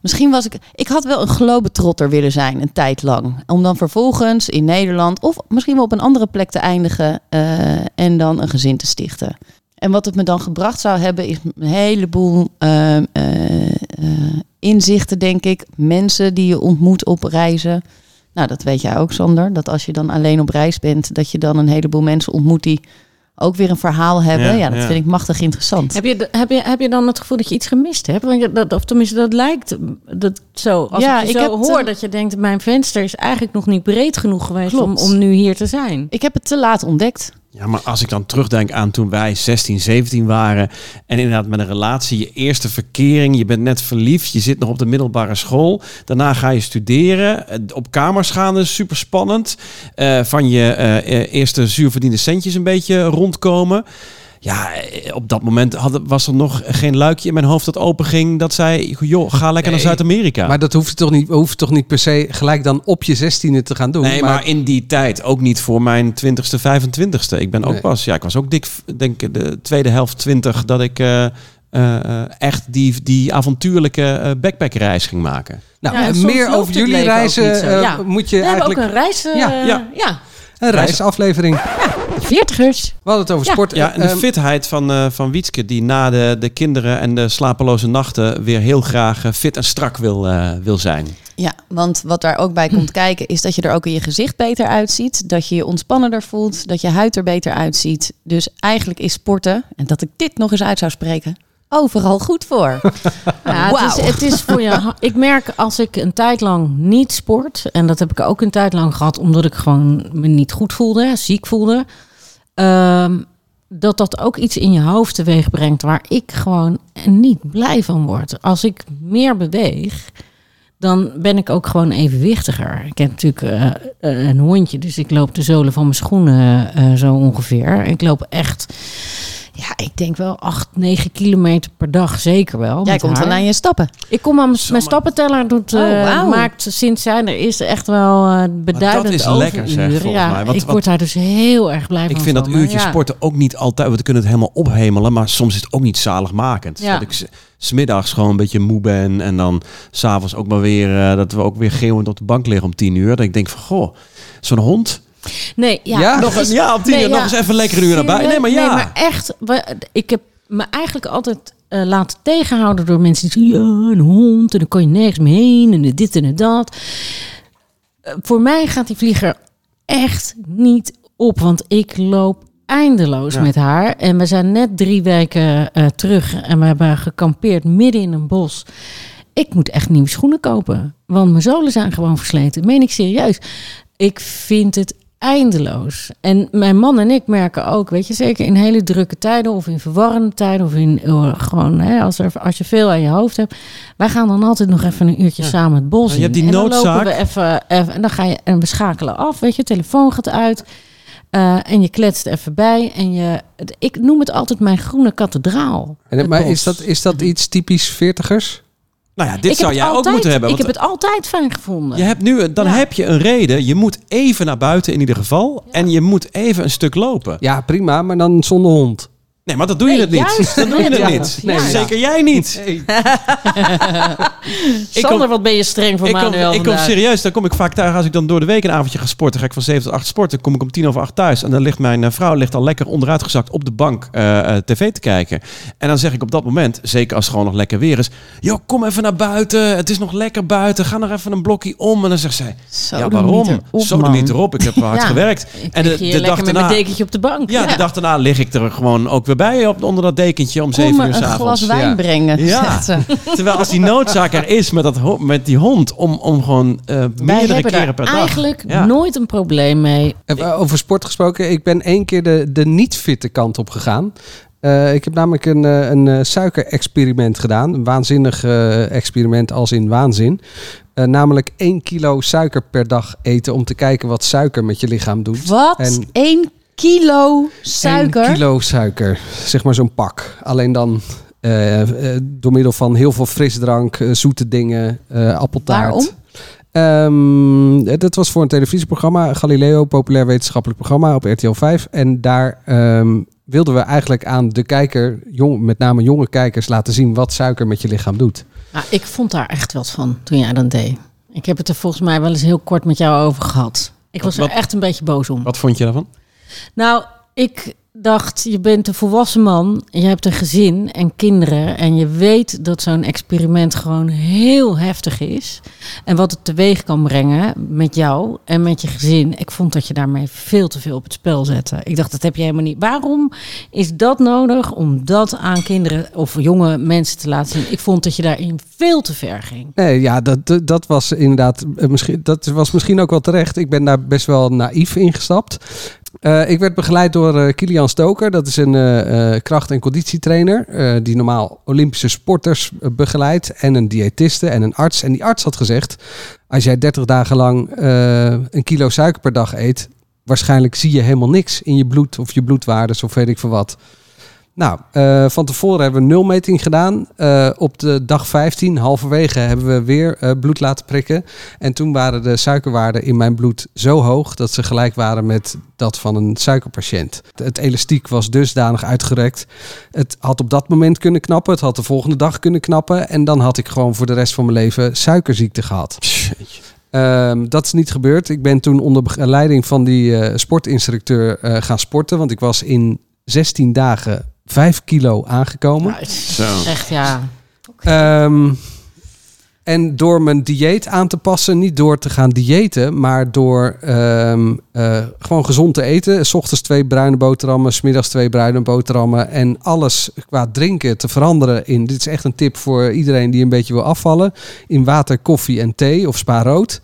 [SPEAKER 3] Misschien was ik... Ik had wel een globetrotter willen zijn, een tijd lang. Om dan vervolgens in Nederland of misschien wel op een andere plek te eindigen... eh, en dan een gezin te stichten. En wat het me dan gebracht zou hebben, is een heleboel eh, eh, eh, inzichten, denk ik. Mensen die je ontmoet op reizen. Nou, dat weet jij ook, Sander. Dat als je dan alleen op reis bent, dat je dan een heleboel mensen ontmoet die ook weer een verhaal hebben.
[SPEAKER 5] Ja,
[SPEAKER 3] Ja, dat
[SPEAKER 5] ja.
[SPEAKER 3] vind ik machtig interessant.
[SPEAKER 2] Heb je, d- heb, je, heb je dan het gevoel dat je iets gemist hebt? Want je- dat, of tenminste, dat lijkt dat zo. Als
[SPEAKER 3] Ja,
[SPEAKER 2] ik je
[SPEAKER 3] ik
[SPEAKER 2] zo
[SPEAKER 3] heb,
[SPEAKER 2] hoor
[SPEAKER 3] eh,
[SPEAKER 2] dat je denkt, mijn venster is eigenlijk nog niet breed genoeg geweest om,
[SPEAKER 3] Klopt.
[SPEAKER 2] om nu hier te zijn.
[SPEAKER 3] Ik heb het te laat ontdekt.
[SPEAKER 1] Ja, maar als ik dan terugdenk aan toen wij 16, 17 waren en inderdaad met een relatie, je eerste verkering, je bent net verliefd, je zit nog op de middelbare school, daarna ga je studeren, eh, op kamers gaan, dat is super spannend, van je eh, eh, eerste zuurverdiende centjes een beetje rondkomen. Ja, eh, op dat moment had, was er nog geen luikje in mijn hoofd dat openging dat zei, joh, ga lekker
[SPEAKER 4] Nee,
[SPEAKER 1] naar Zuid-Amerika.
[SPEAKER 4] Maar dat hoeft je toch niet, hoeft toch niet per se gelijk dan op je zestiende te gaan doen.
[SPEAKER 1] Nee, maar, in die tijd ook niet voor mijn 20ste, 25ste. Ik ben ook
[SPEAKER 4] Nee.
[SPEAKER 1] pas, ja, ik was ook dik, denk ik, de tweede helft 20 dat ik eh, eh, eh, echt die, die avontuurlijke eh, backpackreis ging maken.
[SPEAKER 4] nou,
[SPEAKER 2] Ja, en soms
[SPEAKER 4] meer
[SPEAKER 2] loopt
[SPEAKER 4] over
[SPEAKER 2] het
[SPEAKER 4] jullie
[SPEAKER 2] leven ook niet zo.
[SPEAKER 4] reizen eh,
[SPEAKER 2] Ja.
[SPEAKER 4] moet
[SPEAKER 2] We
[SPEAKER 4] je
[SPEAKER 2] hebben ook
[SPEAKER 4] eigenlijk
[SPEAKER 2] een reis. eh,
[SPEAKER 4] Ja,
[SPEAKER 2] ja.
[SPEAKER 1] ja.
[SPEAKER 4] een reisaflevering. We
[SPEAKER 2] Veertigers.
[SPEAKER 4] hadden het over
[SPEAKER 2] Ja.
[SPEAKER 4] sport.
[SPEAKER 1] Ja, en de
[SPEAKER 4] Ehm,
[SPEAKER 1] fitheid van, eh, van Wietske, die na de, de kinderen en de slapeloze nachten weer heel graag eh, fit en strak wil, eh, wil zijn.
[SPEAKER 3] Ja, want wat daar ook bij komt kijken is dat je er ook in je gezicht beter uitziet. Dat je je ontspannender voelt. Dat je huid er beter uitziet. Dus eigenlijk is sporten, en dat ik dit nog eens uit zou spreken, overal goed
[SPEAKER 1] Oh,
[SPEAKER 3] voor.
[SPEAKER 2] Ja, het, is,
[SPEAKER 3] Wauw.
[SPEAKER 2] het is voor je. ha- Ik merk als ik een tijd lang niet sport, en dat heb ik ook een tijd lang gehad, omdat ik gewoon me niet goed voelde, ziek voelde, ehm, dat dat ook iets in je hoofd teweeg brengt waar ik gewoon niet blij van word. Als ik meer beweeg, dan ben ik ook gewoon evenwichtiger. Ik heb natuurlijk eh, eh, een hondje, dus ik loop de zolen van mijn schoenen eh, zo ongeveer. Ik loop echt. Ja, ik denk wel 8, 9 kilometer per dag, zeker wel.
[SPEAKER 3] Jij
[SPEAKER 2] met
[SPEAKER 3] komt
[SPEAKER 2] haar.
[SPEAKER 3] dan aan je stappen.
[SPEAKER 2] Ik kom aan mijn- mijn stappenteller doet, eh,
[SPEAKER 3] Oh, wauw.
[SPEAKER 2] maakt sinds zij er is echt wel eh, beduidend
[SPEAKER 1] dat is
[SPEAKER 2] overuren.
[SPEAKER 1] lekker, zeg, volgens
[SPEAKER 2] ja,
[SPEAKER 1] mij. Wat-
[SPEAKER 2] ik
[SPEAKER 1] wat-
[SPEAKER 2] word daar dus heel erg blij van.
[SPEAKER 1] Ik vind dat
[SPEAKER 2] van, maar
[SPEAKER 1] uurtje
[SPEAKER 2] ja.
[SPEAKER 1] sporten ook niet altijd, we kunnen het helemaal ophemelen, maar soms is het ook niet zaligmakend.
[SPEAKER 2] Ja.
[SPEAKER 1] Dat ik s- smiddags gewoon een beetje moe ben en dan s'avonds ook maar weer, eh, dat we ook weer geeuwend op de bank liggen om tien uur. Dat ik denk van, goh, zo'n hond.
[SPEAKER 2] Nee, ja.
[SPEAKER 4] Ja?
[SPEAKER 2] dat
[SPEAKER 1] Nog
[SPEAKER 2] is-
[SPEAKER 1] een- ja, op tien uur, nog eens even lekker een uur naar buiten. Nee, maar ja.
[SPEAKER 2] Nee, maar echt, we- ik heb me eigenlijk altijd eh, laten tegenhouden door mensen die zeggen... Ja, een hond en dan kan je nergens mee heen en dit en dat. Eh, voor mij gaat die vlieger echt niet op, want ik loop eindeloos
[SPEAKER 1] Ja.
[SPEAKER 2] met haar. En we zijn net drie weken eh, terug en we hebben gekampeerd midden in een bos. Ik moet echt nieuwe schoenen kopen, want mijn zolen zijn gewoon versleten. Meen ik serieus. Ik vind het eindeloos. En mijn man en ik merken ook, weet je, zeker in hele drukke tijden of in verwarrende tijden of in eh, gewoon hè, als, er, als je veel aan je hoofd hebt, wij gaan dan altijd nog even een uurtje
[SPEAKER 1] Ja.
[SPEAKER 2] samen het bos.
[SPEAKER 1] Ja, je hebt
[SPEAKER 2] in.
[SPEAKER 1] die
[SPEAKER 2] En dan lopen
[SPEAKER 1] noodzaak.
[SPEAKER 2] we even, even- en dan ga je en we schakelen af, weet je, telefoon gaat uit. eh, en je kletst even bij. En je, het- ik noem het altijd mijn groene kathedraal.
[SPEAKER 4] en, eh,
[SPEAKER 2] het
[SPEAKER 4] maar
[SPEAKER 2] bos.
[SPEAKER 4] is dat, is dat iets typisch veertigers?
[SPEAKER 1] Nou ja, dit
[SPEAKER 2] Ik heb
[SPEAKER 1] zou
[SPEAKER 2] het
[SPEAKER 1] jij ook
[SPEAKER 2] altijd-
[SPEAKER 1] moeten hebben.
[SPEAKER 2] Ik heb
[SPEAKER 1] want
[SPEAKER 2] het altijd fijn gevonden.
[SPEAKER 1] je hebt nu, dan
[SPEAKER 2] Ja.
[SPEAKER 1] heb je een reden. Je moet even naar buiten in ieder geval. En je moet even een stuk lopen.
[SPEAKER 4] Ja, prima, maar dan zonder hond.
[SPEAKER 1] Nee, maar dat doe je
[SPEAKER 2] Nee,
[SPEAKER 1] het niet.
[SPEAKER 2] juist.
[SPEAKER 1] Dat doe je het
[SPEAKER 4] Ja.
[SPEAKER 1] niet.
[SPEAKER 4] Nee, ja.
[SPEAKER 1] Zeker jij niet.
[SPEAKER 2] Sander, wat ben je streng voor
[SPEAKER 1] Ik kom,
[SPEAKER 2] Manuel
[SPEAKER 1] ik kom
[SPEAKER 2] vandaag.
[SPEAKER 1] serieus, dan kom ik vaak thuis. Als ik dan door de week een avondje ga sporten, ga ik van 7 tot 8 sporten. Kom ik om 10 over 8 thuis. En dan ligt mijn eh, vrouw ligt al lekker onderuitgezakt op de bank eh, eh, tv te kijken. En dan zeg ik op dat moment, zeker als het gewoon nog lekker weer is. Joh, kom even naar buiten. Het is nog lekker buiten. Ga nog even een blokje om. En dan zegt zij,
[SPEAKER 3] Zo
[SPEAKER 1] ja waarom? Zo er niet erop. Ik heb hard
[SPEAKER 2] Ja.
[SPEAKER 1] gewerkt.
[SPEAKER 2] Ik
[SPEAKER 1] En
[SPEAKER 2] lig
[SPEAKER 1] de,
[SPEAKER 2] hier
[SPEAKER 1] de dag
[SPEAKER 2] lekker met mijn
[SPEAKER 1] daarna...
[SPEAKER 2] dekentje op de bank.
[SPEAKER 1] Ja, de dag daarna lig ik er gewoon ook weer bij op, onder dat dekentje om 7
[SPEAKER 3] Kom me
[SPEAKER 1] uur
[SPEAKER 3] een
[SPEAKER 1] s'avonds.
[SPEAKER 3] glas wijn
[SPEAKER 4] Ja.
[SPEAKER 3] brengen,
[SPEAKER 1] Ja.
[SPEAKER 3] zegt ze.
[SPEAKER 1] Terwijl als die noodzaak er is met, dat, ho- met die hond om, om gewoon eh,
[SPEAKER 2] Wij
[SPEAKER 1] meerdere
[SPEAKER 2] hebben
[SPEAKER 1] keren
[SPEAKER 2] er
[SPEAKER 1] per dag.
[SPEAKER 2] eigenlijk
[SPEAKER 1] Ja.
[SPEAKER 2] nooit een probleem mee.
[SPEAKER 4] Eh, Over sport gesproken, ik ben één keer de, de niet-fitte kant op gegaan. Eh, ik heb namelijk een, eh, een eh, suikerexperiment gedaan. Een waanzinnig eh, experiment als in waanzin. Eh, namelijk 1 kilo suiker per dag eten om te kijken wat suiker met je lichaam doet.
[SPEAKER 3] Wat?
[SPEAKER 4] En-
[SPEAKER 3] 1 kilo
[SPEAKER 4] 1
[SPEAKER 3] suiker?
[SPEAKER 4] kilo suiker, zeg maar zo'n pak. Alleen dan eh, eh, door middel van heel veel frisdrank, eh, zoete dingen, eh appeltaart.
[SPEAKER 3] Waarom?
[SPEAKER 4] Ehm, dat was voor een televisieprogramma, Galileo, populair wetenschappelijk programma op RTL 5. En daar ehm, wilden we eigenlijk aan de kijker, jong, met name jonge kijkers, laten zien wat suiker met je lichaam doet.
[SPEAKER 2] Nou, ik vond daar echt wat van toen jij dat deed. Ik heb het er volgens mij wel eens heel kort met jou over gehad. Ik was er
[SPEAKER 1] wat-
[SPEAKER 2] echt een beetje boos om.
[SPEAKER 1] Wat vond je daarvan?
[SPEAKER 2] Nou, ik dacht, je bent een volwassen man, je hebt een gezin en kinderen en je weet dat zo'n experiment gewoon heel heftig is. En wat het teweeg kan brengen met jou en met je gezin. Ik vond dat je daarmee veel te veel op het spel zette. Ik dacht, dat heb je helemaal niet. Waarom is dat nodig om dat aan kinderen of jonge mensen te laten zien? Ik vond dat je daarin veel te ver ging.
[SPEAKER 4] Nee, ja, dat, dat- dat was inderdaad, eh, misschien, dat was misschien ook wel terecht. Ik ben daar best wel naïef ingestapt. Eh, ik werd begeleid door eh, Kilian Stoker. Dat is een eh, eh, kracht- en conditietrainer. eh, die normaal Olympische sporters eh, begeleidt. En een diëtiste en een arts. En die arts had gezegd: Als jij 30 dagen lang eh, een kilo suiker per dag eet. waarschijnlijk zie je helemaal niks in je bloed. of je bloedwaardes of weet ik veel wat. Nou, eh, van tevoren hebben we een nulmeting gedaan. Eh, op de dag 15, halverwege, hebben we weer eh, bloed laten prikken. En toen waren de suikerwaarden in mijn bloed zo hoog dat ze gelijk waren met dat van een suikerpatiënt. Het elastiek was dusdanig uitgerekt. Het had op dat moment kunnen knappen. Het had de volgende dag kunnen knappen. En dan had ik gewoon voor de rest van mijn leven suikerziekte gehad. Ehm, dat is niet gebeurd. Ik ben toen onder begeleiding van die eh, sportinstructeur eh, gaan sporten. Want ik was in 16 dagen 5 kilo aangekomen.
[SPEAKER 2] Ja, het is
[SPEAKER 6] Zo.
[SPEAKER 2] Echt ja.
[SPEAKER 4] Ehm, en door mijn dieet aan te passen, niet door te gaan diëten, maar door ehm, eh, gewoon gezond te eten. S ochtends twee bruine boterhammen, smiddags twee bruine boterhammen. En alles qua drinken te veranderen in. Dit is echt een tip voor iedereen die een beetje wil afvallen. In water, koffie en thee of spa rood.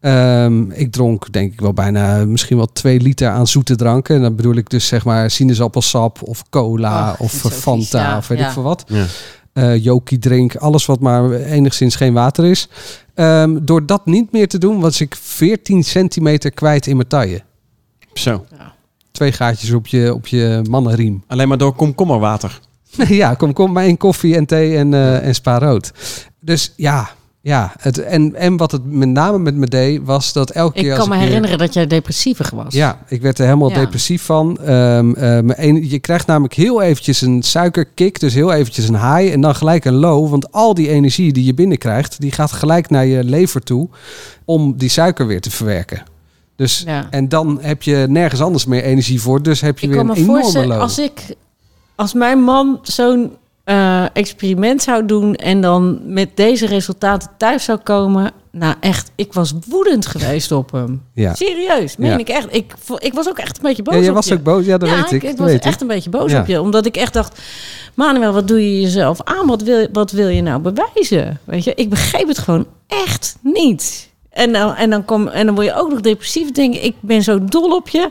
[SPEAKER 4] Ehm, ik dronk denk ik wel bijna misschien wel twee liter aan zoete dranken. En dan bedoel ik dus zeg maar sinaasappelsap of cola
[SPEAKER 2] Ach,
[SPEAKER 4] of
[SPEAKER 2] vind ik zo
[SPEAKER 4] Fanta
[SPEAKER 2] vies, ja,
[SPEAKER 4] of weet
[SPEAKER 2] ja.
[SPEAKER 4] ik veel wat
[SPEAKER 6] Ja.
[SPEAKER 4] eh yoki drink, alles wat maar enigszins geen water is. Ehm, door dat niet meer te doen, was ik 14 centimeter kwijt in mijn taille.
[SPEAKER 6] Zo.
[SPEAKER 4] Twee gaatjes op je, op je mannenriem.
[SPEAKER 1] Alleen maar door komkommerwater.
[SPEAKER 4] ja, kom, kom maar in koffie en thee en, eh en spa rood. Dus ja, ja het, en, en wat het met name met me deed, was dat elke keer
[SPEAKER 2] Ik
[SPEAKER 4] als
[SPEAKER 2] kan me
[SPEAKER 4] ik weer-
[SPEAKER 2] herinneren dat jij depressiever was.
[SPEAKER 4] Ja, ik werd er helemaal
[SPEAKER 2] Ja.
[SPEAKER 4] depressief van. Ehm, eh, mijn ene- je krijgt namelijk heel eventjes een suikerkick, dus heel eventjes een high en dan gelijk een low. Want al die energie die je binnenkrijgt, die gaat gelijk naar je lever toe om die suiker weer te verwerken. Dus,
[SPEAKER 2] Ja.
[SPEAKER 4] En dan heb je nergens anders meer energie voor, dus heb je
[SPEAKER 2] Ik
[SPEAKER 4] weer
[SPEAKER 2] kan me
[SPEAKER 4] een enorme
[SPEAKER 2] voorstellen,
[SPEAKER 4] low.
[SPEAKER 2] als ik, als mijn man zo'n eh, experiment zou doen en dan met deze resultaten thuis zou komen, nou echt, ik was woedend geweest op hem.
[SPEAKER 4] Ja.
[SPEAKER 2] Serieus, meen
[SPEAKER 4] Ja.
[SPEAKER 2] ik echt. Ik, vo- ik was ook echt een beetje boos.
[SPEAKER 4] ja,
[SPEAKER 2] op
[SPEAKER 4] je was ook boos, ja, dat
[SPEAKER 2] ja,
[SPEAKER 4] weet ik. dat
[SPEAKER 2] was
[SPEAKER 4] weet ik.
[SPEAKER 2] echt een beetje boos
[SPEAKER 4] Ja.
[SPEAKER 2] op je. Omdat ik echt dacht, Manuel, wat doe je jezelf aan? Wat wil, wat wil je nou bewijzen? Weet je, ik begreep het gewoon echt niet. En dan, en dan, kom, en dan word je ook nog depressief denken, ik ben zo dol op je.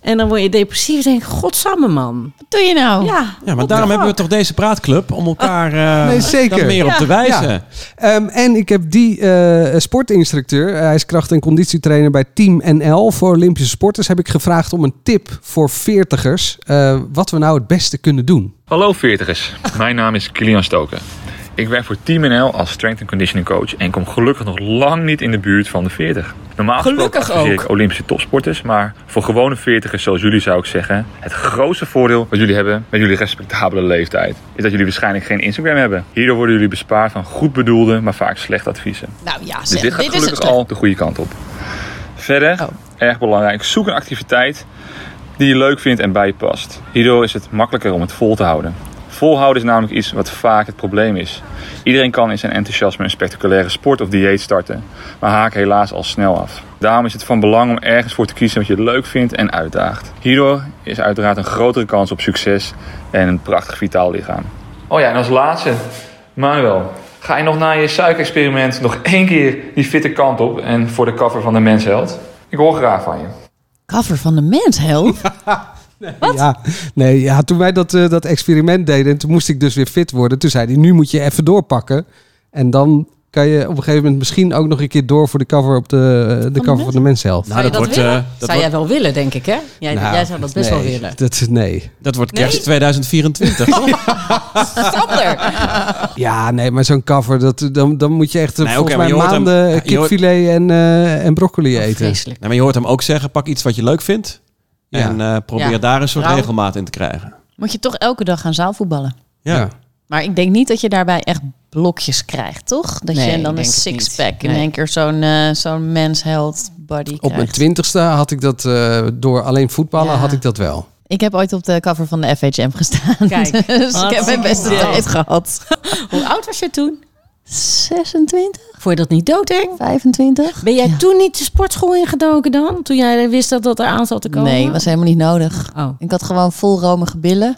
[SPEAKER 2] En dan word je depressief denken, godsamme man.
[SPEAKER 3] Wat doe je nou?
[SPEAKER 2] Ja,
[SPEAKER 1] Ja, maar daarom
[SPEAKER 2] what the
[SPEAKER 1] hebben we
[SPEAKER 2] fuck?
[SPEAKER 1] toch deze praatclub om elkaar eh
[SPEAKER 4] Nee, zeker.
[SPEAKER 1] daar meer op te wijzen.
[SPEAKER 4] Ja. Ehm, en ik heb die eh, sportinstructeur, hij is kracht- en conditietrainer bij Team NL voor Olympische sporters, heb ik gevraagd om een tip voor veertigers eh, wat we nou het beste kunnen doen.
[SPEAKER 7] Hallo veertigers, mijn naam is Kilian Stoker. Ik werk voor Team NL als strength and conditioning coach en kom gelukkig nog lang niet in de buurt van de 40. Normaal gesproken
[SPEAKER 2] Gelukkig
[SPEAKER 7] adviseer
[SPEAKER 2] ook.
[SPEAKER 7] ik Olympische topsporters, maar voor gewone veertigers zoals jullie zou ik zeggen, het grootste voordeel wat jullie hebben met jullie respectabele leeftijd is dat jullie waarschijnlijk geen Instagram hebben. Hierdoor worden jullie bespaard van goed bedoelde, maar vaak slecht adviezen.
[SPEAKER 3] Nou ja,
[SPEAKER 7] Dus
[SPEAKER 3] zeg,
[SPEAKER 7] dit gaat
[SPEAKER 3] dit is het
[SPEAKER 7] gelukkig
[SPEAKER 3] toch.
[SPEAKER 7] al de goede kant op. Verder,
[SPEAKER 3] Oh.
[SPEAKER 7] erg belangrijk, zoek een activiteit die je leuk vindt en bij je past. Hierdoor is het makkelijker om het vol te houden. Volhouden is namelijk iets wat vaak het probleem is. Iedereen kan in zijn enthousiasme een spectaculaire sport of dieet starten, maar haken helaas al snel af. Daarom is het van belang om ergens voor te kiezen wat je leuk vindt en uitdaagt. Hierdoor is uiteraard een grotere kans op succes en een prachtig vitaal lichaam. Oh ja, en als laatste, Manuel, ga je nog na je suikerexperiment nog één keer die fitte kant op en voor de cover van de Mens Health? Ik hoor graag van je.
[SPEAKER 3] Cover van de Mens Health?
[SPEAKER 4] Ja, nee, ja, toen wij dat, eh, dat experiment deden en toen moest ik dus weer fit worden, toen zei hij, nu moet je even doorpakken en dan kan je op een gegeven moment misschien ook nog een keer door voor de cover op de, de cover van de Men's Health.
[SPEAKER 1] Nou,
[SPEAKER 2] je dat willen?
[SPEAKER 1] eh,
[SPEAKER 2] zou
[SPEAKER 1] dat wordt,
[SPEAKER 2] jij wel willen, denk ik, hè? Jij,
[SPEAKER 4] Nou,
[SPEAKER 2] jij zou dat best wel
[SPEAKER 4] nee,
[SPEAKER 2] willen.
[SPEAKER 4] Dat, is- nee.
[SPEAKER 1] dat wordt
[SPEAKER 2] Nee?
[SPEAKER 1] kerst 2024. toch? Nou,
[SPEAKER 2] Sander!
[SPEAKER 4] Ja, nee, maar zo'n cover, dat, dan, dan moet je echt eh,
[SPEAKER 1] Nee,
[SPEAKER 4] volgens
[SPEAKER 1] oké, maar
[SPEAKER 4] mij
[SPEAKER 1] je hoort hem-
[SPEAKER 4] maanden
[SPEAKER 1] ja, je hoort-
[SPEAKER 4] kipfilet en, eh, en broccoli eten.
[SPEAKER 2] Vreselijk.
[SPEAKER 1] Nou, maar je hoort hem ook zeggen, pak iets wat je leuk vindt.
[SPEAKER 4] Ja.
[SPEAKER 1] En eh, probeer
[SPEAKER 3] Ja.
[SPEAKER 1] daar een soort
[SPEAKER 3] Rauw.
[SPEAKER 1] regelmaat in te krijgen.
[SPEAKER 3] Moet je toch elke dag gaan zaalvoetballen?
[SPEAKER 1] Ja.
[SPEAKER 3] Maar ik denk niet dat je daarbij echt blokjes krijgt, toch? Dat
[SPEAKER 2] Nee,
[SPEAKER 3] je
[SPEAKER 2] ik
[SPEAKER 3] dan een
[SPEAKER 2] denk het
[SPEAKER 3] sixpack
[SPEAKER 2] niet.
[SPEAKER 3] in
[SPEAKER 2] Nee.
[SPEAKER 3] één keer zo'n eh zo'n men's health body
[SPEAKER 4] Op mijn
[SPEAKER 3] krijgt.
[SPEAKER 4] twintigste had ik dat eh, door alleen voetballen,
[SPEAKER 3] Ja.
[SPEAKER 4] had ik dat wel.
[SPEAKER 3] Ik heb ooit op de cover van de FHM gestaan.
[SPEAKER 2] Kijk,
[SPEAKER 3] dus ik
[SPEAKER 2] wat
[SPEAKER 3] heb mijn beste
[SPEAKER 2] een
[SPEAKER 3] tijd gehad.
[SPEAKER 2] Hoe oud was je toen?
[SPEAKER 3] 26,
[SPEAKER 2] Voor je dat niet dood, hè?
[SPEAKER 3] 25?
[SPEAKER 2] Ben jij toen niet de sportschool ingedoken dan? Toen jij wist dat dat eraan zat te komen?
[SPEAKER 3] Nee, was helemaal niet nodig.
[SPEAKER 2] Oh.
[SPEAKER 3] Ik had gewoon vol romige billen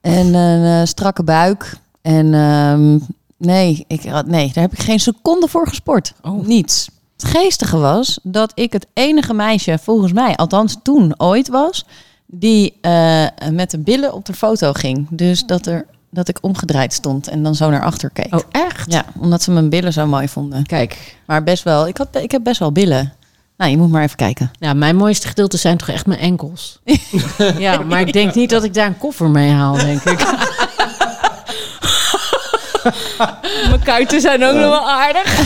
[SPEAKER 3] en een eh, strakke buik. En ehm, nee, ik had, nee, daar heb ik geen seconde voor gesport.
[SPEAKER 2] Oh.
[SPEAKER 3] Niets. Het geestige was dat ik het enige meisje, volgens mij, althans toen ooit was, die eh, met de billen op de foto ging. Dus dat, er, dat ik omgedraaid stond en dan zo naar achter keek.
[SPEAKER 2] Oh, echt?
[SPEAKER 3] Ja, omdat ze mijn billen zo mooi vonden.
[SPEAKER 2] Kijk,
[SPEAKER 3] Maar best wel, ik, had, ik heb best wel billen. Nou, je moet maar even kijken.
[SPEAKER 2] nou, mijn mooiste gedeelte zijn toch echt mijn enkels. ja, maar ik denk niet dat ik daar een koffer mee haal, denk ik. mijn kuiten zijn ook nog wel aardig.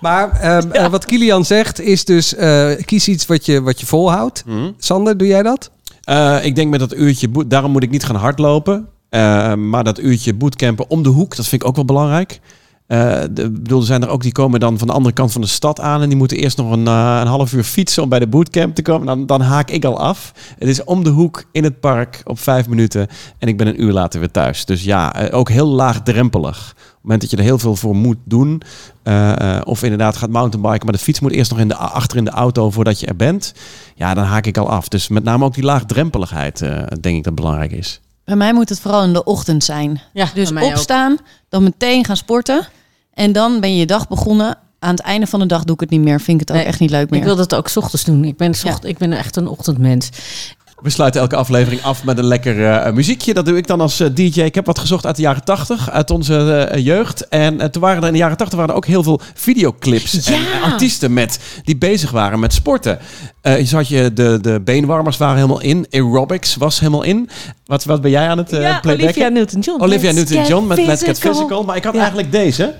[SPEAKER 4] Maar ehm, eh, wat Kilian zegt is dus, eh, kies iets wat je, wat je volhoudt. Sander, doe jij dat?
[SPEAKER 1] Eh, ik denk met dat uurtje, boot- daarom moet ik niet gaan hardlopen. Eh, maar dat uurtje bootcampen om de hoek, dat vind ik ook wel belangrijk. Eh, de- ik bedoel, er zijn er ook die komen dan van de andere kant van de stad aan. En die moeten eerst nog een, eh, een half uur fietsen om bij de bootcamp te komen. Dan, dan haak ik al af. Het is om de hoek in het park op vijf minuten. En ik ben een uur later weer thuis. Dus ja, eh, ook heel laagdrempelig. Op het moment dat je er heel veel voor moet doen. eh, eh, of inderdaad gaat mountainbiken. Maar de fiets moet eerst nog in de, achter in de auto voordat je er bent. Ja, dan haak ik al af. Dus met name ook die laagdrempeligheid eh, denk ik dat belangrijk is.
[SPEAKER 3] Bij mij moet het vooral in de ochtend zijn.
[SPEAKER 2] Ja,
[SPEAKER 3] Dus
[SPEAKER 2] bij mij ook.
[SPEAKER 3] opstaan, dan meteen gaan sporten. En dan ben je je dag begonnen. Aan het einde van de dag doe ik het niet meer. Vind ik het ook
[SPEAKER 2] Nee,
[SPEAKER 3] echt niet leuk meer.
[SPEAKER 2] Ik wil dat ook 's ochtends doen. Ik ben, 's ocht- ik ben echt een ochtendmens.
[SPEAKER 1] We sluiten elke aflevering af met een lekker eh, muziekje. Dat doe ik dan als eh, DJ. Ik heb wat gezocht uit de jaren 80, uit onze eh, jeugd. En eh, toen waren er in de jaren 80 waren er ook heel veel videoclips en
[SPEAKER 2] Ja.
[SPEAKER 1] artiesten met, die bezig waren met sporten. Eh zo had je de, de beenwarmers waren helemaal in. Aerobics was helemaal in. Wat, wat ben jij aan het eh playbacken?
[SPEAKER 2] Olivia Newton-John.
[SPEAKER 1] Olivia
[SPEAKER 2] Let's
[SPEAKER 1] Newton-John met
[SPEAKER 2] get
[SPEAKER 1] Oh, Let's Get Physical. Maar ik had eigenlijk deze.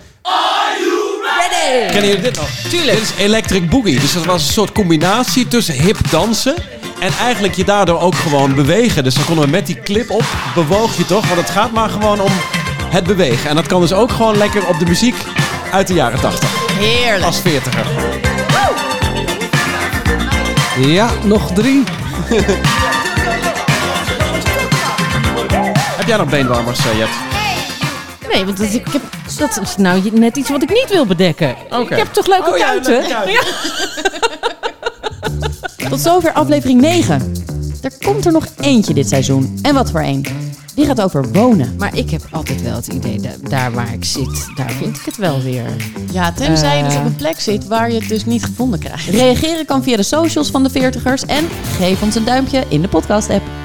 [SPEAKER 1] Kennen jullie dit nog? Tuurlijk. Dit is Electric Boogie. Dus dat was een soort combinatie tussen hip dansen... en eigenlijk je daardoor ook gewoon bewegen. Dus dan konden we met die clip op, bewoog je toch? Want het gaat maar gewoon om het bewegen. En dat kan dus ook gewoon lekker op de muziek uit de jaren 80.
[SPEAKER 3] Heerlijk.
[SPEAKER 1] Als 40er. Oh.
[SPEAKER 4] Ja, nog drie.
[SPEAKER 1] Heb jij nog beenwarmers, eh, Jet?
[SPEAKER 2] Nee, want dat, ik heb, dat is nou net iets wat ik niet wil bedekken. Ik heb toch leuke
[SPEAKER 1] Oh ja,
[SPEAKER 2] kuiten?
[SPEAKER 1] leuke kuiten.
[SPEAKER 3] Tot zover aflevering 9. Er komt er nog eentje dit seizoen. En wat voor een. Die gaat over wonen.
[SPEAKER 2] Maar ik heb altijd wel het idee, dat daar waar ik zit, daar vind ik het wel weer.
[SPEAKER 3] Ja, tenzij je dus op een plek zit waar je het dus niet gevonden krijgt. Reageren kan via de socials van de veertigers. En geef ons een duimpje in de podcast app.